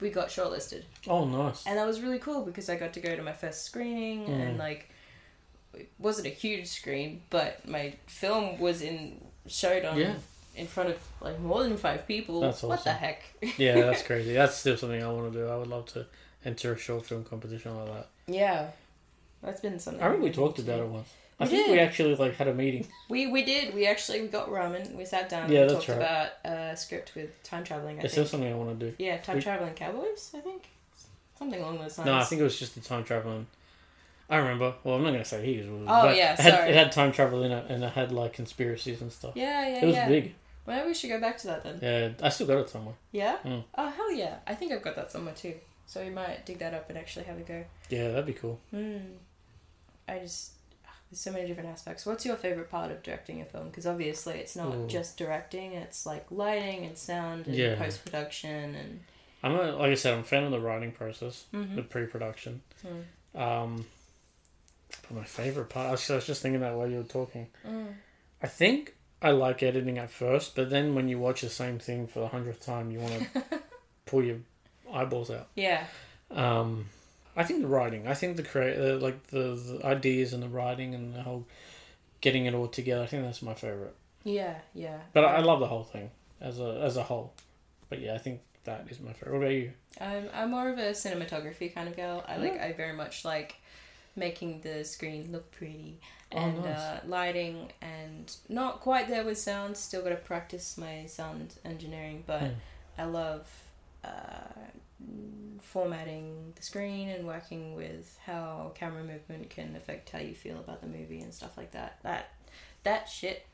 [SPEAKER 2] we got shortlisted
[SPEAKER 1] Oh nice.
[SPEAKER 2] and that was really cool because I got to go to my first screening
[SPEAKER 1] Mm.
[SPEAKER 2] and like it wasn't a huge screen, but my film was in showed on
[SPEAKER 1] Yeah.
[SPEAKER 2] in front of like more than five people.
[SPEAKER 1] That's
[SPEAKER 2] What the
[SPEAKER 1] awesome.
[SPEAKER 2] heck?
[SPEAKER 1] yeah, that's crazy. That's still something I want to do. I would love to enter a short film competition like that.
[SPEAKER 2] yeah, that's been something.
[SPEAKER 1] I remember we
[SPEAKER 2] I've
[SPEAKER 1] talked
[SPEAKER 2] been
[SPEAKER 1] about
[SPEAKER 2] to.
[SPEAKER 1] it once. I
[SPEAKER 2] We
[SPEAKER 1] think
[SPEAKER 2] did.
[SPEAKER 1] we actually like had a meeting.
[SPEAKER 2] We we did. We actually we got ramen. We sat down.
[SPEAKER 1] Yeah,
[SPEAKER 2] and
[SPEAKER 1] that's
[SPEAKER 2] talked about uh, script with time traveling. I
[SPEAKER 1] It's still
[SPEAKER 2] think.
[SPEAKER 1] something I want to do.
[SPEAKER 2] Yeah, time
[SPEAKER 1] we-
[SPEAKER 2] traveling cowboys. I think something along those lines.
[SPEAKER 1] No, I think it was just the time traveling. I remember. Well, I'm not going to say he was. Oh
[SPEAKER 2] yeah,
[SPEAKER 1] it had,
[SPEAKER 2] sorry.
[SPEAKER 1] It had time travel in it, and it had like conspiracies and stuff.
[SPEAKER 2] Yeah, yeah,
[SPEAKER 1] it was
[SPEAKER 2] yeah.
[SPEAKER 1] big.
[SPEAKER 2] Well, we should go back to that then.
[SPEAKER 1] Yeah, I still got it somewhere.
[SPEAKER 2] Yeah?
[SPEAKER 1] Mm.
[SPEAKER 2] Oh, hell yeah. I think I've got that somewhere too. So we might dig that up and actually have a go.
[SPEAKER 1] Yeah, that'd be cool.
[SPEAKER 2] Hmm. I just. ah, There's so many different aspects. What's your favorite part of directing a film? Because obviously it's not
[SPEAKER 1] Ooh.
[SPEAKER 2] just directing, it's like lighting and sound and
[SPEAKER 1] Yeah.
[SPEAKER 2] post production and.
[SPEAKER 1] I'm a, like I said, I'm a fan of the writing process, the
[SPEAKER 2] Mhm.
[SPEAKER 1] pre-production.
[SPEAKER 2] Mm.
[SPEAKER 1] Um, but my favorite part, actually, I was just thinking that while you were talking.
[SPEAKER 2] Mm.
[SPEAKER 1] I think I like editing at first, but then when you watch the same thing for the hundredth time, you want to pull your eyeballs out.
[SPEAKER 2] Yeah.
[SPEAKER 1] Um, I think the writing, I think the create, uh, like the, the ideas and the writing and the whole getting it all together. I think that's my favorite.
[SPEAKER 2] Yeah, yeah.
[SPEAKER 1] But I, I love the whole thing as a as a whole. But yeah, I think that is my favorite. What about you?
[SPEAKER 2] I'm, I'm more of a cinematography kind of gal. I like I very much like making the screen look pretty
[SPEAKER 1] Oh,
[SPEAKER 2] and
[SPEAKER 1] nice.
[SPEAKER 2] uh, lighting and not quite there with sound.
[SPEAKER 1] Hmm.
[SPEAKER 2] Still got to practice my sound engineering, but
[SPEAKER 1] Mm.
[SPEAKER 2] I love uh, formatting the screen and working with how camera movement can affect how you feel about the movie and stuff like that. That that shit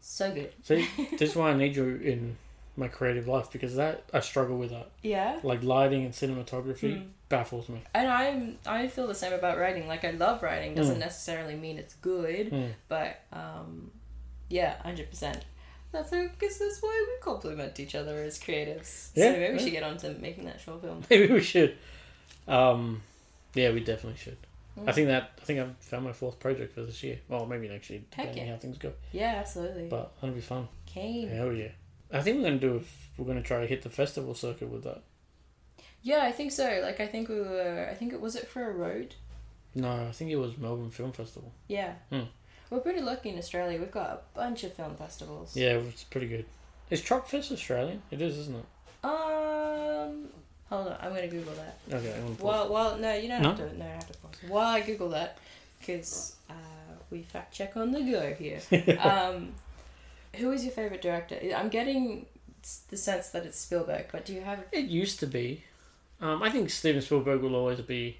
[SPEAKER 2] so good.
[SPEAKER 1] See, this is why I need you in my creative life because that I struggle with that.
[SPEAKER 2] Yeah.
[SPEAKER 1] Like lighting and cinematography
[SPEAKER 2] Hmm.
[SPEAKER 1] baffles me.
[SPEAKER 2] And I'm I feel the same about writing. Like I love writing. Doesn't
[SPEAKER 1] Mm.
[SPEAKER 2] necessarily mean it's good,
[SPEAKER 1] Mm.
[SPEAKER 2] but um yeah, hundred percent. That's I guess that's why we complement each other as creatives.
[SPEAKER 1] Yeah,
[SPEAKER 2] so maybe we
[SPEAKER 1] yeah.
[SPEAKER 2] should get on to making that short film.
[SPEAKER 1] Maybe we should. Um, yeah, we definitely should. I
[SPEAKER 2] Mm.
[SPEAKER 1] think that I think I've found my fourth project for this year. Well, maybe next year,
[SPEAKER 2] Heck
[SPEAKER 1] depending
[SPEAKER 2] yeah.
[SPEAKER 1] how things go.
[SPEAKER 2] Yeah, absolutely.
[SPEAKER 1] But that'll be fun.
[SPEAKER 2] Kane.
[SPEAKER 1] Hell yeah! I think we're gonna do. If we're gonna try to hit the festival circuit with that.
[SPEAKER 2] Yeah, I think so. Like I think we were I think it was it for a road?
[SPEAKER 1] No, I think it was Melbourne Film Festival.
[SPEAKER 2] Yeah.
[SPEAKER 1] Hmm.
[SPEAKER 2] We're pretty lucky in Australia. We've got a bunch of film festivals.
[SPEAKER 1] Yeah, it was pretty good. Is Truckfest Australian? It is, isn't it?
[SPEAKER 2] Um hold on, I'm gonna Google that.
[SPEAKER 1] Okay, I'm gonna pause.
[SPEAKER 2] Well, well, no, you don't
[SPEAKER 1] No?
[SPEAKER 2] have to. No, you don't have to pause. While I Google that, because uh, we fact check on the go here. um, who is your favorite director? I'm getting s- the sense that it's Spielberg, but do you have?
[SPEAKER 1] it used to be. Um, I think Steven Spielberg will always be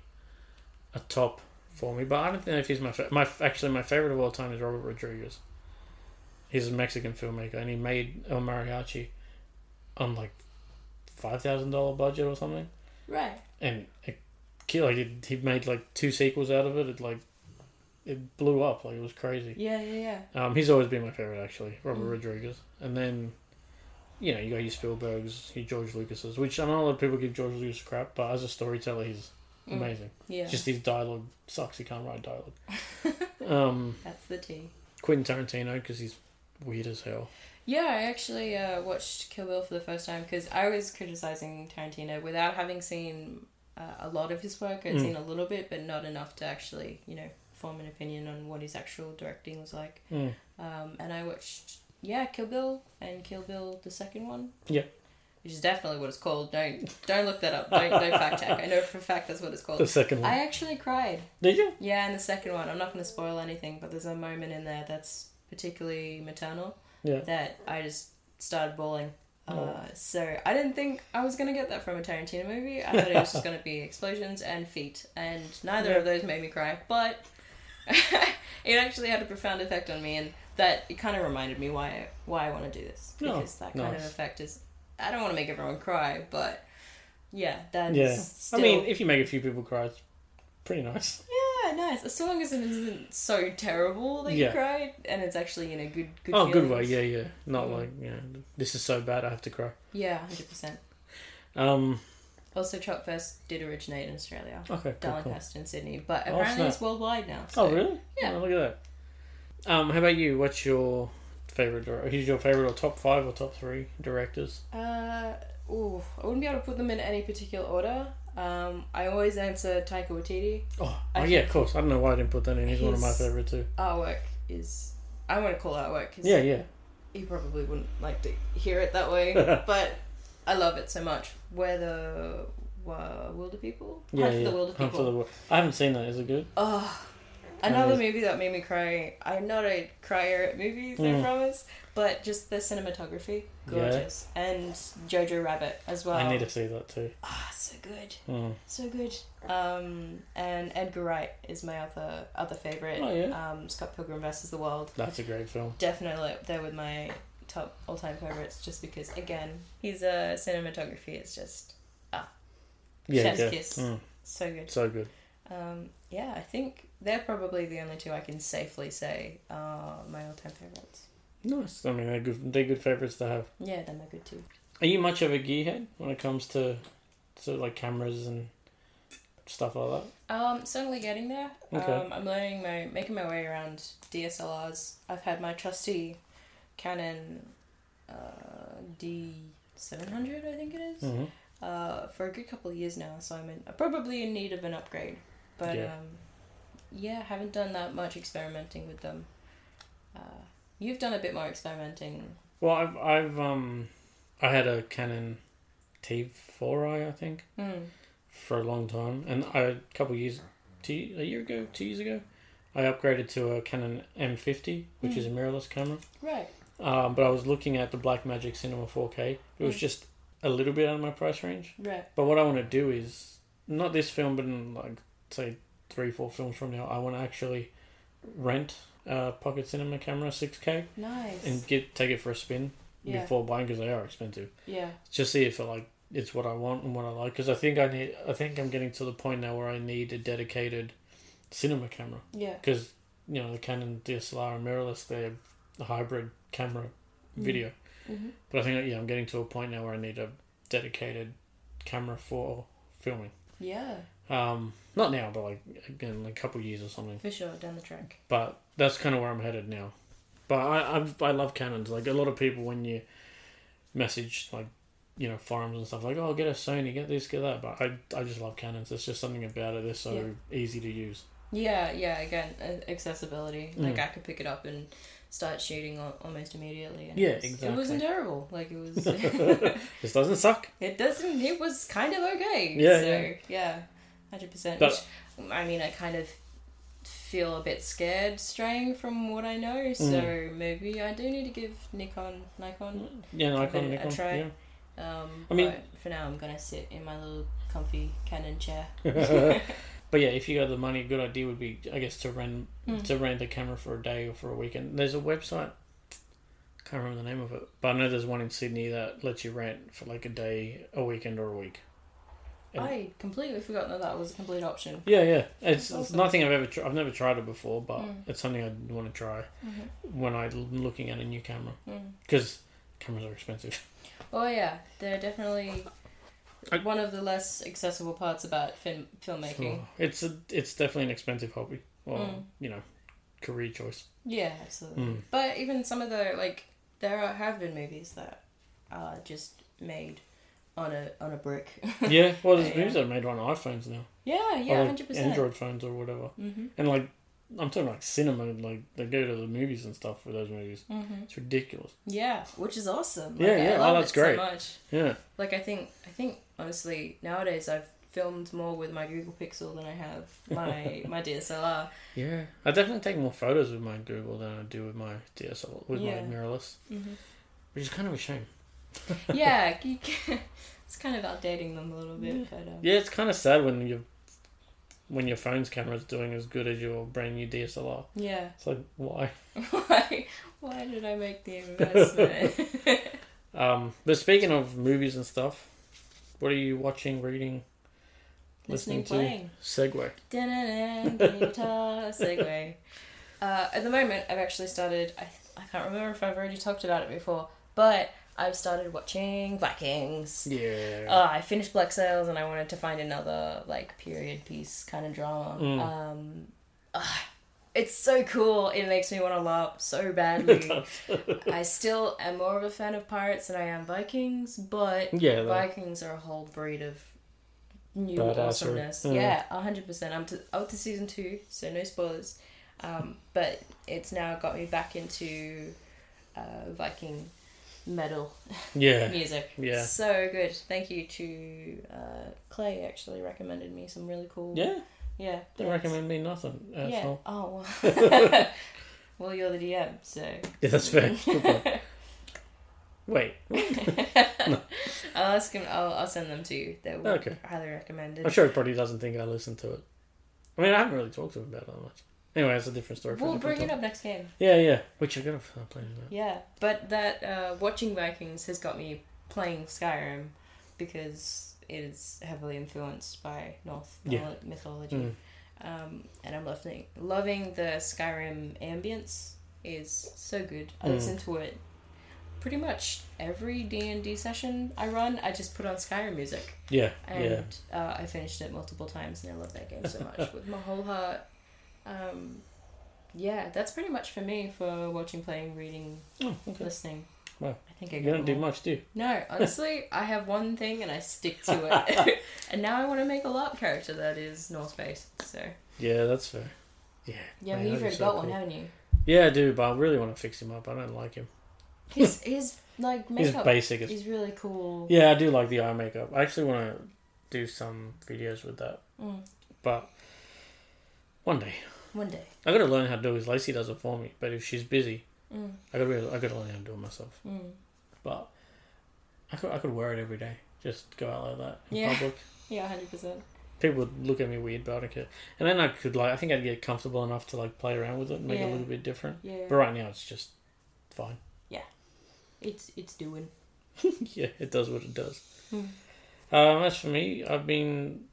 [SPEAKER 1] a top for me, but I don't know if he's my fa- my actually my favorite of all time is Robert Rodriguez. He's a Mexican filmmaker, and he made El Mariachi on like five thousand dollar budget or something,
[SPEAKER 2] Right.
[SPEAKER 1] and it killed. Like it, he made like two sequels out of it. It like it blew up. Like it was crazy.
[SPEAKER 2] Yeah, yeah, yeah.
[SPEAKER 1] Um, he's always been my favorite, actually, Robert
[SPEAKER 2] Mm.
[SPEAKER 1] Rodriguez. And then, you know, you got your Spielbergs, your George Lucas's, which I know a lot of people give George Lucas crap, but as a storyteller, he's
[SPEAKER 2] Mm,
[SPEAKER 1] amazing.
[SPEAKER 2] Yeah.
[SPEAKER 1] Just his dialogue sucks. He can't write dialogue. um,
[SPEAKER 2] That's the T.
[SPEAKER 1] Quentin Tarantino because he's weird as hell.
[SPEAKER 2] Yeah, I actually uh, watched Kill Bill for the first time because I was criticizing Tarantino without having seen uh, a lot of his work. I'd
[SPEAKER 1] Mm.
[SPEAKER 2] seen a little bit, but not enough to actually, you know, form an opinion on what his actual directing was like.
[SPEAKER 1] Mm.
[SPEAKER 2] Um, and I watched, yeah, Kill Bill and Kill Bill the second one.
[SPEAKER 1] Yeah.
[SPEAKER 2] Which is definitely what it's called. Don't don't look that up. Don't, don't fact check. I know for a fact that's what it's
[SPEAKER 1] The
[SPEAKER 2] called.
[SPEAKER 1] second one.
[SPEAKER 2] I actually cried.
[SPEAKER 1] Did you?
[SPEAKER 2] Yeah, in the second one. I'm not going to spoil anything, but there's a moment in there that's particularly maternal
[SPEAKER 1] Yeah.
[SPEAKER 2] that I just started bawling. Uh,
[SPEAKER 1] Oh.
[SPEAKER 2] so I didn't think I was gonna get that from a Tarantino movie. I thought it was just gonna be explosions and feet, and neither of those made me cry. But it actually had a profound effect on me, and that it kind of reminded me why I, why I want to do this
[SPEAKER 1] Oh,
[SPEAKER 2] because that kind
[SPEAKER 1] nice.
[SPEAKER 2] of effect is I don't want to make everyone cry, but yeah, that's
[SPEAKER 1] Yeah.
[SPEAKER 2] still,
[SPEAKER 1] I mean, if you make a few people cry, it's pretty nice.
[SPEAKER 2] yeah, nice. As long as it isn't so terrible that
[SPEAKER 1] Yeah.
[SPEAKER 2] you cried, and it's actually in a good good
[SPEAKER 1] oh, good way.
[SPEAKER 2] feelings.
[SPEAKER 1] Yeah, yeah. Not
[SPEAKER 2] Mm.
[SPEAKER 1] like, you know, this is so bad, I have to cry.
[SPEAKER 2] yeah, hundred percent.
[SPEAKER 1] Um,
[SPEAKER 2] Also, Chopfest did originate in Australia,
[SPEAKER 1] okay, cool, cool.
[SPEAKER 2] Darlinghurst in Sydney, but
[SPEAKER 1] Oh,
[SPEAKER 2] apparently
[SPEAKER 1] snap.
[SPEAKER 2] it's worldwide now. So.
[SPEAKER 1] Oh, really?
[SPEAKER 2] Yeah.
[SPEAKER 1] Oh, look at that. Um, how about you? What's your favorite? dir- Who's your favorite or top five or top three directors?
[SPEAKER 2] Uh, ooh, I wouldn't be able to put them in any particular order. Um, I always answer Taika Waititi.
[SPEAKER 1] Oh,
[SPEAKER 2] I
[SPEAKER 1] oh yeah, of course. I don't know why I didn't put that in. He's one of my
[SPEAKER 2] His-
[SPEAKER 1] favorite too.
[SPEAKER 2] Artwork is. I want to call it artwork because
[SPEAKER 1] Yeah, yeah.
[SPEAKER 2] he probably wouldn't like to hear it that way, but I love it so much. Where the uh, Wilder People?
[SPEAKER 1] Yeah,
[SPEAKER 2] Hunt for
[SPEAKER 1] yeah.
[SPEAKER 2] the Wilder
[SPEAKER 1] Hunt for
[SPEAKER 2] People.
[SPEAKER 1] the Wil- I haven't seen that. Is it good?
[SPEAKER 2] Oh, another
[SPEAKER 1] Nice.
[SPEAKER 2] movie that made me cry. I'm not a crier at movies, I
[SPEAKER 1] Mm.
[SPEAKER 2] promise, but just the cinematography,
[SPEAKER 1] Yeah.
[SPEAKER 2] gorgeous, and Jojo Rabbit as well.
[SPEAKER 1] I need to see that too.
[SPEAKER 2] Ah, so good,
[SPEAKER 1] Mm.
[SPEAKER 2] so good. Um, and Edgar Wright is my other other favorite.
[SPEAKER 1] Oh, yeah.
[SPEAKER 2] Um, Scott Pilgrim versus the World,
[SPEAKER 1] That's a great film.
[SPEAKER 2] definitely up there with my top all time favorites, just because again, his uh, cinematography is just
[SPEAKER 1] Yeah,
[SPEAKER 2] Chef's
[SPEAKER 1] yeah.
[SPEAKER 2] Kiss.
[SPEAKER 1] Mm.
[SPEAKER 2] so good.
[SPEAKER 1] So good.
[SPEAKER 2] Um, yeah, I think they're probably the only two I can safely say are my all-time favorites.
[SPEAKER 1] Nice. I mean, they're good. They're good favorites to have.
[SPEAKER 2] Yeah, they're my good two.
[SPEAKER 1] Are you much of a gearhead when it comes to, to like cameras and stuff like that?
[SPEAKER 2] Um, certainly getting there.
[SPEAKER 1] Okay.
[SPEAKER 2] Um, I'm learning my making my way around DSLRs. I've had my trusty Canon uh, D700, I think it is,
[SPEAKER 1] hmm
[SPEAKER 2] uh, for a good couple of years now. So I'm in, probably in need of an upgrade. But
[SPEAKER 1] Yeah.
[SPEAKER 2] um, yeah, haven't done that much experimenting with them. Uh, you've done a bit more experimenting.
[SPEAKER 1] Well, I've, I've um, I had a Canon T4i, I think,
[SPEAKER 2] Hmm.
[SPEAKER 1] for a long time, and I, a couple of years, two, a year ago, two years ago, I upgraded to a Canon M50, which
[SPEAKER 2] Mm.
[SPEAKER 1] is a mirrorless camera.
[SPEAKER 2] Right.
[SPEAKER 1] Um, but I was looking at the Blackmagic Cinema 4K. It was
[SPEAKER 2] Mm.
[SPEAKER 1] just a little bit out of my price range.
[SPEAKER 2] Right.
[SPEAKER 1] But what I want to do is not this film, but in like say three, four films from now, I want to actually rent a pocket cinema camera, six K,
[SPEAKER 2] Nice.
[SPEAKER 1] and get take it for a spin
[SPEAKER 2] yeah.
[SPEAKER 1] before buying because they are expensive.
[SPEAKER 2] Yeah.
[SPEAKER 1] Just see if it like it's what I want and what I like. Because I think I need. I think I'm getting to the point now where I need a dedicated cinema camera
[SPEAKER 2] Yeah.
[SPEAKER 1] because you know the Canon DSLR and mirrorless they're a hybrid camera
[SPEAKER 2] Mm.
[SPEAKER 1] video.
[SPEAKER 2] Mm-hmm.
[SPEAKER 1] But I think yeah, I'm getting to a point now where I need a dedicated camera for filming.
[SPEAKER 2] Yeah.
[SPEAKER 1] Um, not now, but like again, like a couple years or something.
[SPEAKER 2] For sure. Down the track.
[SPEAKER 1] But that's kind of where I'm headed now. But I I've, I love Canons. Like a lot of people, when you message like you know forums and stuff, like oh get a Sony, get this, get that. But I I just love Canons. There's just something about it. They're so easy to use.
[SPEAKER 2] Yeah, yeah, again, uh, accessibility. Like,
[SPEAKER 1] Mm.
[SPEAKER 2] I could pick it up and start shooting al- almost immediately. And
[SPEAKER 1] Yeah,
[SPEAKER 2] it was, It wasn't terrible. Like, it was.
[SPEAKER 1] This doesn't suck.
[SPEAKER 2] it doesn't. It was kind of okay.
[SPEAKER 1] Yeah,
[SPEAKER 2] So, yeah. 100%.
[SPEAKER 1] But-
[SPEAKER 2] which, I mean, I kind of feel a bit scared straying from what I know, so
[SPEAKER 1] Mm.
[SPEAKER 2] maybe I do need to give Nikon, Nikon.
[SPEAKER 1] Yeah, Nikon,
[SPEAKER 2] Give it a
[SPEAKER 1] Nikon.
[SPEAKER 2] try.
[SPEAKER 1] Yeah.
[SPEAKER 2] Um,
[SPEAKER 1] I mean-
[SPEAKER 2] but for now, I'm going to sit in my little comfy Canon chair.
[SPEAKER 1] but yeah, if you got the money, a good idea would be, I guess, to rent
[SPEAKER 2] Mm.
[SPEAKER 1] to rent a camera for a day or for a weekend. There's a website. Can't remember the name of it, but I know there's one in Sydney that lets you rent for like a day, a weekend, or a week. And-
[SPEAKER 2] I completely forgot that that was a complete option.
[SPEAKER 1] Yeah, yeah, it's,
[SPEAKER 2] That's
[SPEAKER 1] it's
[SPEAKER 2] awesome.
[SPEAKER 1] nothing I've ever tr- I've never tried it before, but
[SPEAKER 2] Mm.
[SPEAKER 1] it's something I want to try when I'm looking at a new camera
[SPEAKER 2] Mm.
[SPEAKER 1] because cameras are expensive.
[SPEAKER 2] Oh yeah, they're definitely
[SPEAKER 1] I-
[SPEAKER 2] one of the less accessible parts about film filmmaking.
[SPEAKER 1] So it's a, it's definitely an expensive hobby, or
[SPEAKER 2] Mm.
[SPEAKER 1] you know, career choice.
[SPEAKER 2] Yeah, absolutely.
[SPEAKER 1] Mm.
[SPEAKER 2] But even some of the like, there are, have been movies that are just made on a on a brick.
[SPEAKER 1] Yeah, well, there's
[SPEAKER 2] Yeah.
[SPEAKER 1] movies that are made on iPhones now,
[SPEAKER 2] yeah,
[SPEAKER 1] or
[SPEAKER 2] yeah,
[SPEAKER 1] like
[SPEAKER 2] hundred percent.
[SPEAKER 1] Android phones or whatever.
[SPEAKER 2] Mhm.
[SPEAKER 1] And like, I'm talking like cinema. Like they go to the movies and stuff for those movies.
[SPEAKER 2] Mhm.
[SPEAKER 1] It's ridiculous.
[SPEAKER 2] Yeah, which is awesome.
[SPEAKER 1] Yeah, yeah,
[SPEAKER 2] I
[SPEAKER 1] oh,
[SPEAKER 2] love
[SPEAKER 1] that's
[SPEAKER 2] it
[SPEAKER 1] great.
[SPEAKER 2] So much.
[SPEAKER 1] Yeah,
[SPEAKER 2] Like I think I think honestly nowadays I've filmed more with my Google Pixel than I have my my DSLR.
[SPEAKER 1] yeah. I definitely take more photos with my Google than I do with my DSL with
[SPEAKER 2] Yeah.
[SPEAKER 1] my mirrorless,
[SPEAKER 2] Mm-hmm.
[SPEAKER 1] which is kind of a shame.
[SPEAKER 2] yeah, you can, it's kind of outdating them a little bit, but um,
[SPEAKER 1] Yeah, it's kind of sad when your when your phone's camera is doing as good as your brand new DSLR.
[SPEAKER 2] yeah.
[SPEAKER 1] It's like why?
[SPEAKER 2] why why did I make the investment?
[SPEAKER 1] Um, but speaking of movies and stuff, what are you watching, reading, listening,
[SPEAKER 2] Listening, playing.
[SPEAKER 1] to? Segway.
[SPEAKER 2] Dun-dun-dun, guitar segue. Uh, at the moment, I've actually started. I, I can't remember if I've already talked about it before, but I've started watching Vikings.
[SPEAKER 1] Yeah.
[SPEAKER 2] Uh, I finished Black Sails and I wanted to find another like period piece kind of drama.
[SPEAKER 1] Mm.
[SPEAKER 2] Um, ah, it's so cool. It makes me want to laugh so badly. I still am more of a fan of pirates than I am Vikings, but
[SPEAKER 1] yeah. though.
[SPEAKER 2] Vikings are a whole breed of new
[SPEAKER 1] Badassery.
[SPEAKER 2] awesomeness.
[SPEAKER 1] Mm.
[SPEAKER 2] Yeah, hundred percent. I'm to, up to season two, so no spoilers. Um, but it's now got me back into uh, Viking metal
[SPEAKER 1] Yeah.
[SPEAKER 2] music.
[SPEAKER 1] Yeah.
[SPEAKER 2] So good. Thank you to uh, Clay. Actually, recommended me some really cool.
[SPEAKER 1] Yeah.
[SPEAKER 2] Yeah.
[SPEAKER 1] They
[SPEAKER 2] bands.
[SPEAKER 1] recommend me nothing. That's
[SPEAKER 2] Yeah.
[SPEAKER 1] all.
[SPEAKER 2] Oh. Well. well, you're the DM, so.
[SPEAKER 1] Yeah, that's fair. Good point. Wait,
[SPEAKER 2] I'll ask him. I'll, I'll send them to you. They were
[SPEAKER 1] Okay.
[SPEAKER 2] highly recommended.
[SPEAKER 1] I'm sure he probably doesn't think I listen to it. I mean, I haven't really talked to him about it that much. Anyway, that's a different story. For
[SPEAKER 2] We'll
[SPEAKER 1] a different
[SPEAKER 2] bring it
[SPEAKER 1] time.
[SPEAKER 2] up next game.
[SPEAKER 1] Yeah, yeah. Which I'm gonna start playing that.
[SPEAKER 2] Yeah, but that uh, watching Vikings has got me playing Skyrim because it is heavily influenced by Norse
[SPEAKER 1] Yeah.
[SPEAKER 2] mytholo- mythology.
[SPEAKER 1] Mm.
[SPEAKER 2] um, and I'm loving loving the Skyrim ambience is so good. I
[SPEAKER 1] Mm.
[SPEAKER 2] listen to it pretty much every D and D session I run. I just put on Skyrim music,
[SPEAKER 1] Yeah, yeah.
[SPEAKER 2] and uh, I finished it multiple times, and I love that game so much with my whole heart. Um, yeah, that's pretty much for me for watching, playing, reading,
[SPEAKER 1] Oh, okay.
[SPEAKER 2] listening.
[SPEAKER 1] Wow.
[SPEAKER 2] I think I
[SPEAKER 1] You
[SPEAKER 2] got
[SPEAKER 1] don't do
[SPEAKER 2] them all.
[SPEAKER 1] much, do you?
[SPEAKER 2] No, honestly, I have one thing and I stick to it. and now I want to make a LARP character that is North based. So.
[SPEAKER 1] Yeah, that's fair. Yeah.
[SPEAKER 2] Yeah,
[SPEAKER 1] man,
[SPEAKER 2] but
[SPEAKER 1] that'd
[SPEAKER 2] you've
[SPEAKER 1] be
[SPEAKER 2] already
[SPEAKER 1] so
[SPEAKER 2] got
[SPEAKER 1] cool.
[SPEAKER 2] one, haven't you?
[SPEAKER 1] Yeah, I do, but I really want to fix him up. I don't like him.
[SPEAKER 2] His his like
[SPEAKER 1] He's
[SPEAKER 2] makeup
[SPEAKER 1] basic as.
[SPEAKER 2] is really cool.
[SPEAKER 1] Yeah, I do like the eye makeup. I actually want to do some videos with that,
[SPEAKER 2] Mm,
[SPEAKER 1] but one day
[SPEAKER 2] one day.
[SPEAKER 1] I gotta learn how to do it. 'cause Lacey does it for me, but if she's busy,
[SPEAKER 2] Mm,
[SPEAKER 1] I gotta I gotta learn how to do it myself.
[SPEAKER 2] mm.
[SPEAKER 1] But I could, I could wear it every day. Just go out like that in
[SPEAKER 2] Yeah.
[SPEAKER 1] public.
[SPEAKER 2] Yeah, hundred percent.
[SPEAKER 1] People would look at me weird, but I don't care. And then I could like, I think I'd get comfortable enough to like play around with it and make it a
[SPEAKER 2] Yeah.
[SPEAKER 1] little bit different.
[SPEAKER 2] Yeah.
[SPEAKER 1] But right now, it's just fine.
[SPEAKER 2] It's it's doing.
[SPEAKER 1] yeah, it does what it does.
[SPEAKER 2] Hmm.
[SPEAKER 1] Um, as for me, I've been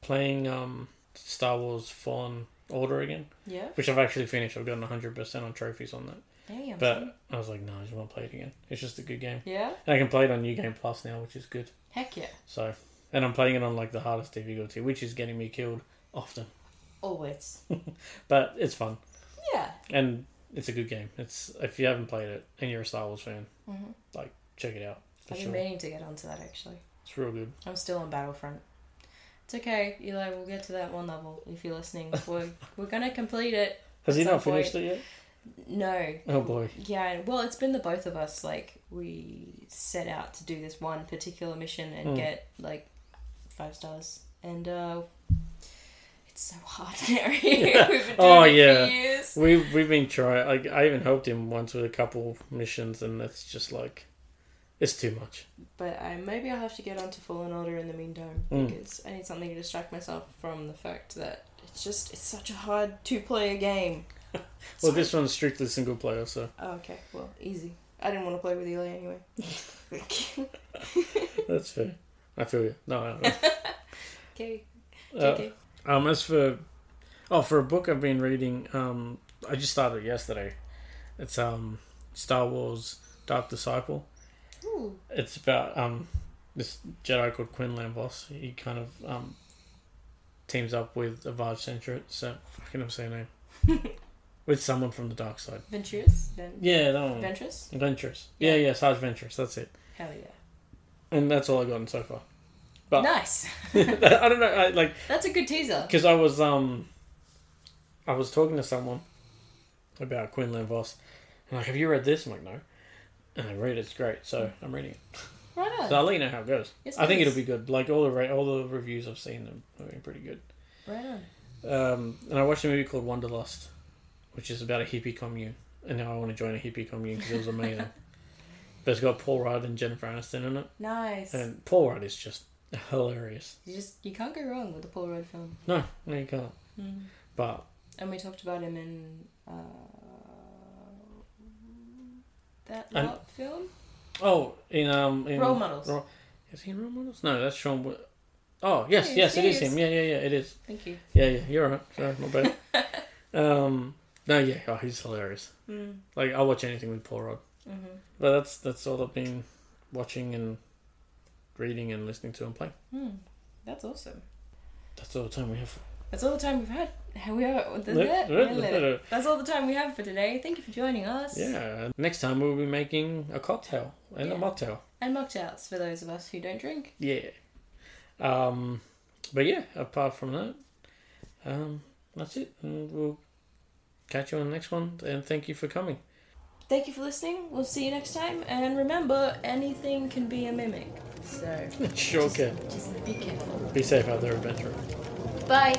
[SPEAKER 1] playing um, Star Wars Fallen Order again,
[SPEAKER 2] Yeah.
[SPEAKER 1] which I've actually finished. I've gotten 100% on trophies on that.
[SPEAKER 2] Damn. son.
[SPEAKER 1] But I was like, no, I just want to play it again. It's just a good game.
[SPEAKER 2] Yeah.
[SPEAKER 1] And I can play it on New Game Plus now, which is good.
[SPEAKER 2] Heck yeah.
[SPEAKER 1] So, and I'm playing it on like the hardest difficulty, which is getting me killed often.
[SPEAKER 2] Always.
[SPEAKER 1] But it's fun
[SPEAKER 2] Yeah.
[SPEAKER 1] and it's a good game. It's if you haven't played it and you're a Star Wars fan,
[SPEAKER 2] Mm-hmm.
[SPEAKER 1] check it out for
[SPEAKER 2] I've been
[SPEAKER 1] sure.
[SPEAKER 2] meaning to get onto that actually.
[SPEAKER 1] It's real good.
[SPEAKER 2] I'm still on Battlefront. It's okay, Eli. We'll get to that one level if you're listening. We're we're gonna complete it.
[SPEAKER 1] Has he
[SPEAKER 2] At some
[SPEAKER 1] not finished it yet?
[SPEAKER 2] No.
[SPEAKER 1] Oh boy.
[SPEAKER 2] Yeah. Well, it's been the both of us. Like we set out to do this one particular mission and
[SPEAKER 1] Mm.
[SPEAKER 2] get like five stars, and uh, it's so hard, Mary. We've been doing
[SPEAKER 1] Oh,
[SPEAKER 2] it for
[SPEAKER 1] yeah.
[SPEAKER 2] years.
[SPEAKER 1] We've we've been trying. Like I even helped him once with a couple missions, and that's just like, it's too much.
[SPEAKER 2] But I, maybe I'll have to get onto Fallen Order in the meantime
[SPEAKER 1] Mm.
[SPEAKER 2] because I need something to distract myself from the fact that it's just it's such a hard two player game.
[SPEAKER 1] Well, this one's strictly single player, so
[SPEAKER 2] Oh, okay, well, easy. I didn't want to play with Eli anyway.
[SPEAKER 1] that's fair. I feel you. No, I don't
[SPEAKER 2] okay,
[SPEAKER 1] know. Uh, Um, as for oh, for a book I've been reading, um, I just started it yesterday. It's um, Star Wars Dark Disciple.
[SPEAKER 2] Ooh.
[SPEAKER 1] It's about um, this Jedi called Quinlan Vos. He kind of um, teams up with Avaj Centra. So fucking I'm saying name with someone from the dark side.
[SPEAKER 2] Venturous? Ven-
[SPEAKER 1] Yeah, that one.
[SPEAKER 2] Venturous?
[SPEAKER 1] Ventress. Yeah, yeah, Sarge Ventress. That's it.
[SPEAKER 2] Hell yeah.
[SPEAKER 1] And that's all I've gotten so far. But-
[SPEAKER 2] nice!
[SPEAKER 1] I don't know. I like
[SPEAKER 2] That's a good teaser.
[SPEAKER 1] because I was um, I was talking to someone about Quinlan Voss. And like, have you read this? I'm like, no. And I read it, it's great, so I'm reading it.
[SPEAKER 2] Right on.
[SPEAKER 1] So I'll let you know how it goes.
[SPEAKER 2] Yes,
[SPEAKER 1] I think
[SPEAKER 2] please.
[SPEAKER 1] it'll be good. Like all the ra- all the reviews I've seen them have been pretty good.
[SPEAKER 2] Right on.
[SPEAKER 1] Um, and I watched a movie called Wanderlust, which is about a hippie commune. And now I want to join a hippie commune because it was amazing. but it's got Paul Rudd and Jennifer Aniston in it,
[SPEAKER 2] Nice.
[SPEAKER 1] and Paul Rudd is just hilarious.
[SPEAKER 2] you just you can't go wrong with the Paul Rudd film.
[SPEAKER 1] No, no, you can't.
[SPEAKER 2] Mm.
[SPEAKER 1] But
[SPEAKER 2] And we talked about him in uh, that
[SPEAKER 1] And-
[SPEAKER 2] Lop film,
[SPEAKER 1] oh, in um, in,
[SPEAKER 2] Role Models.
[SPEAKER 1] Ro- is he in Role Models? No, that's Sean. Wi- oh yes,
[SPEAKER 2] Yeah,
[SPEAKER 1] yes, it
[SPEAKER 2] he
[SPEAKER 1] is
[SPEAKER 2] is.
[SPEAKER 1] him. Yeah, yeah, yeah, it is.
[SPEAKER 2] Thank you.
[SPEAKER 1] Yeah, yeah, you're right. Sorry, my bad. um, no, yeah, oh, he's hilarious.
[SPEAKER 2] Mm.
[SPEAKER 1] Like I'll watch anything with Paul Rudd.
[SPEAKER 2] Mm-hmm.
[SPEAKER 1] But that's that's all I've been watching and reading and listening to and playing.
[SPEAKER 2] Mm. That's awesome.
[SPEAKER 1] That's all the time we have.
[SPEAKER 2] That's all the time we've had. We are, that's all the time we have for today. Thank you for joining us.
[SPEAKER 1] Yeah. Next time we'll be making a cocktail and a
[SPEAKER 2] Yeah.
[SPEAKER 1] mocktail.
[SPEAKER 2] And mocktails for those of us who don't drink.
[SPEAKER 1] Yeah. Um, but yeah, apart from that, um, that's it. And we'll catch you on the next one. And thank you for coming.
[SPEAKER 2] Thank you for listening. We'll see you next time. And remember, anything can be a mimic. So
[SPEAKER 1] sure can.
[SPEAKER 2] just be careful.
[SPEAKER 1] Be safe out there, adventurer.
[SPEAKER 2] Bye.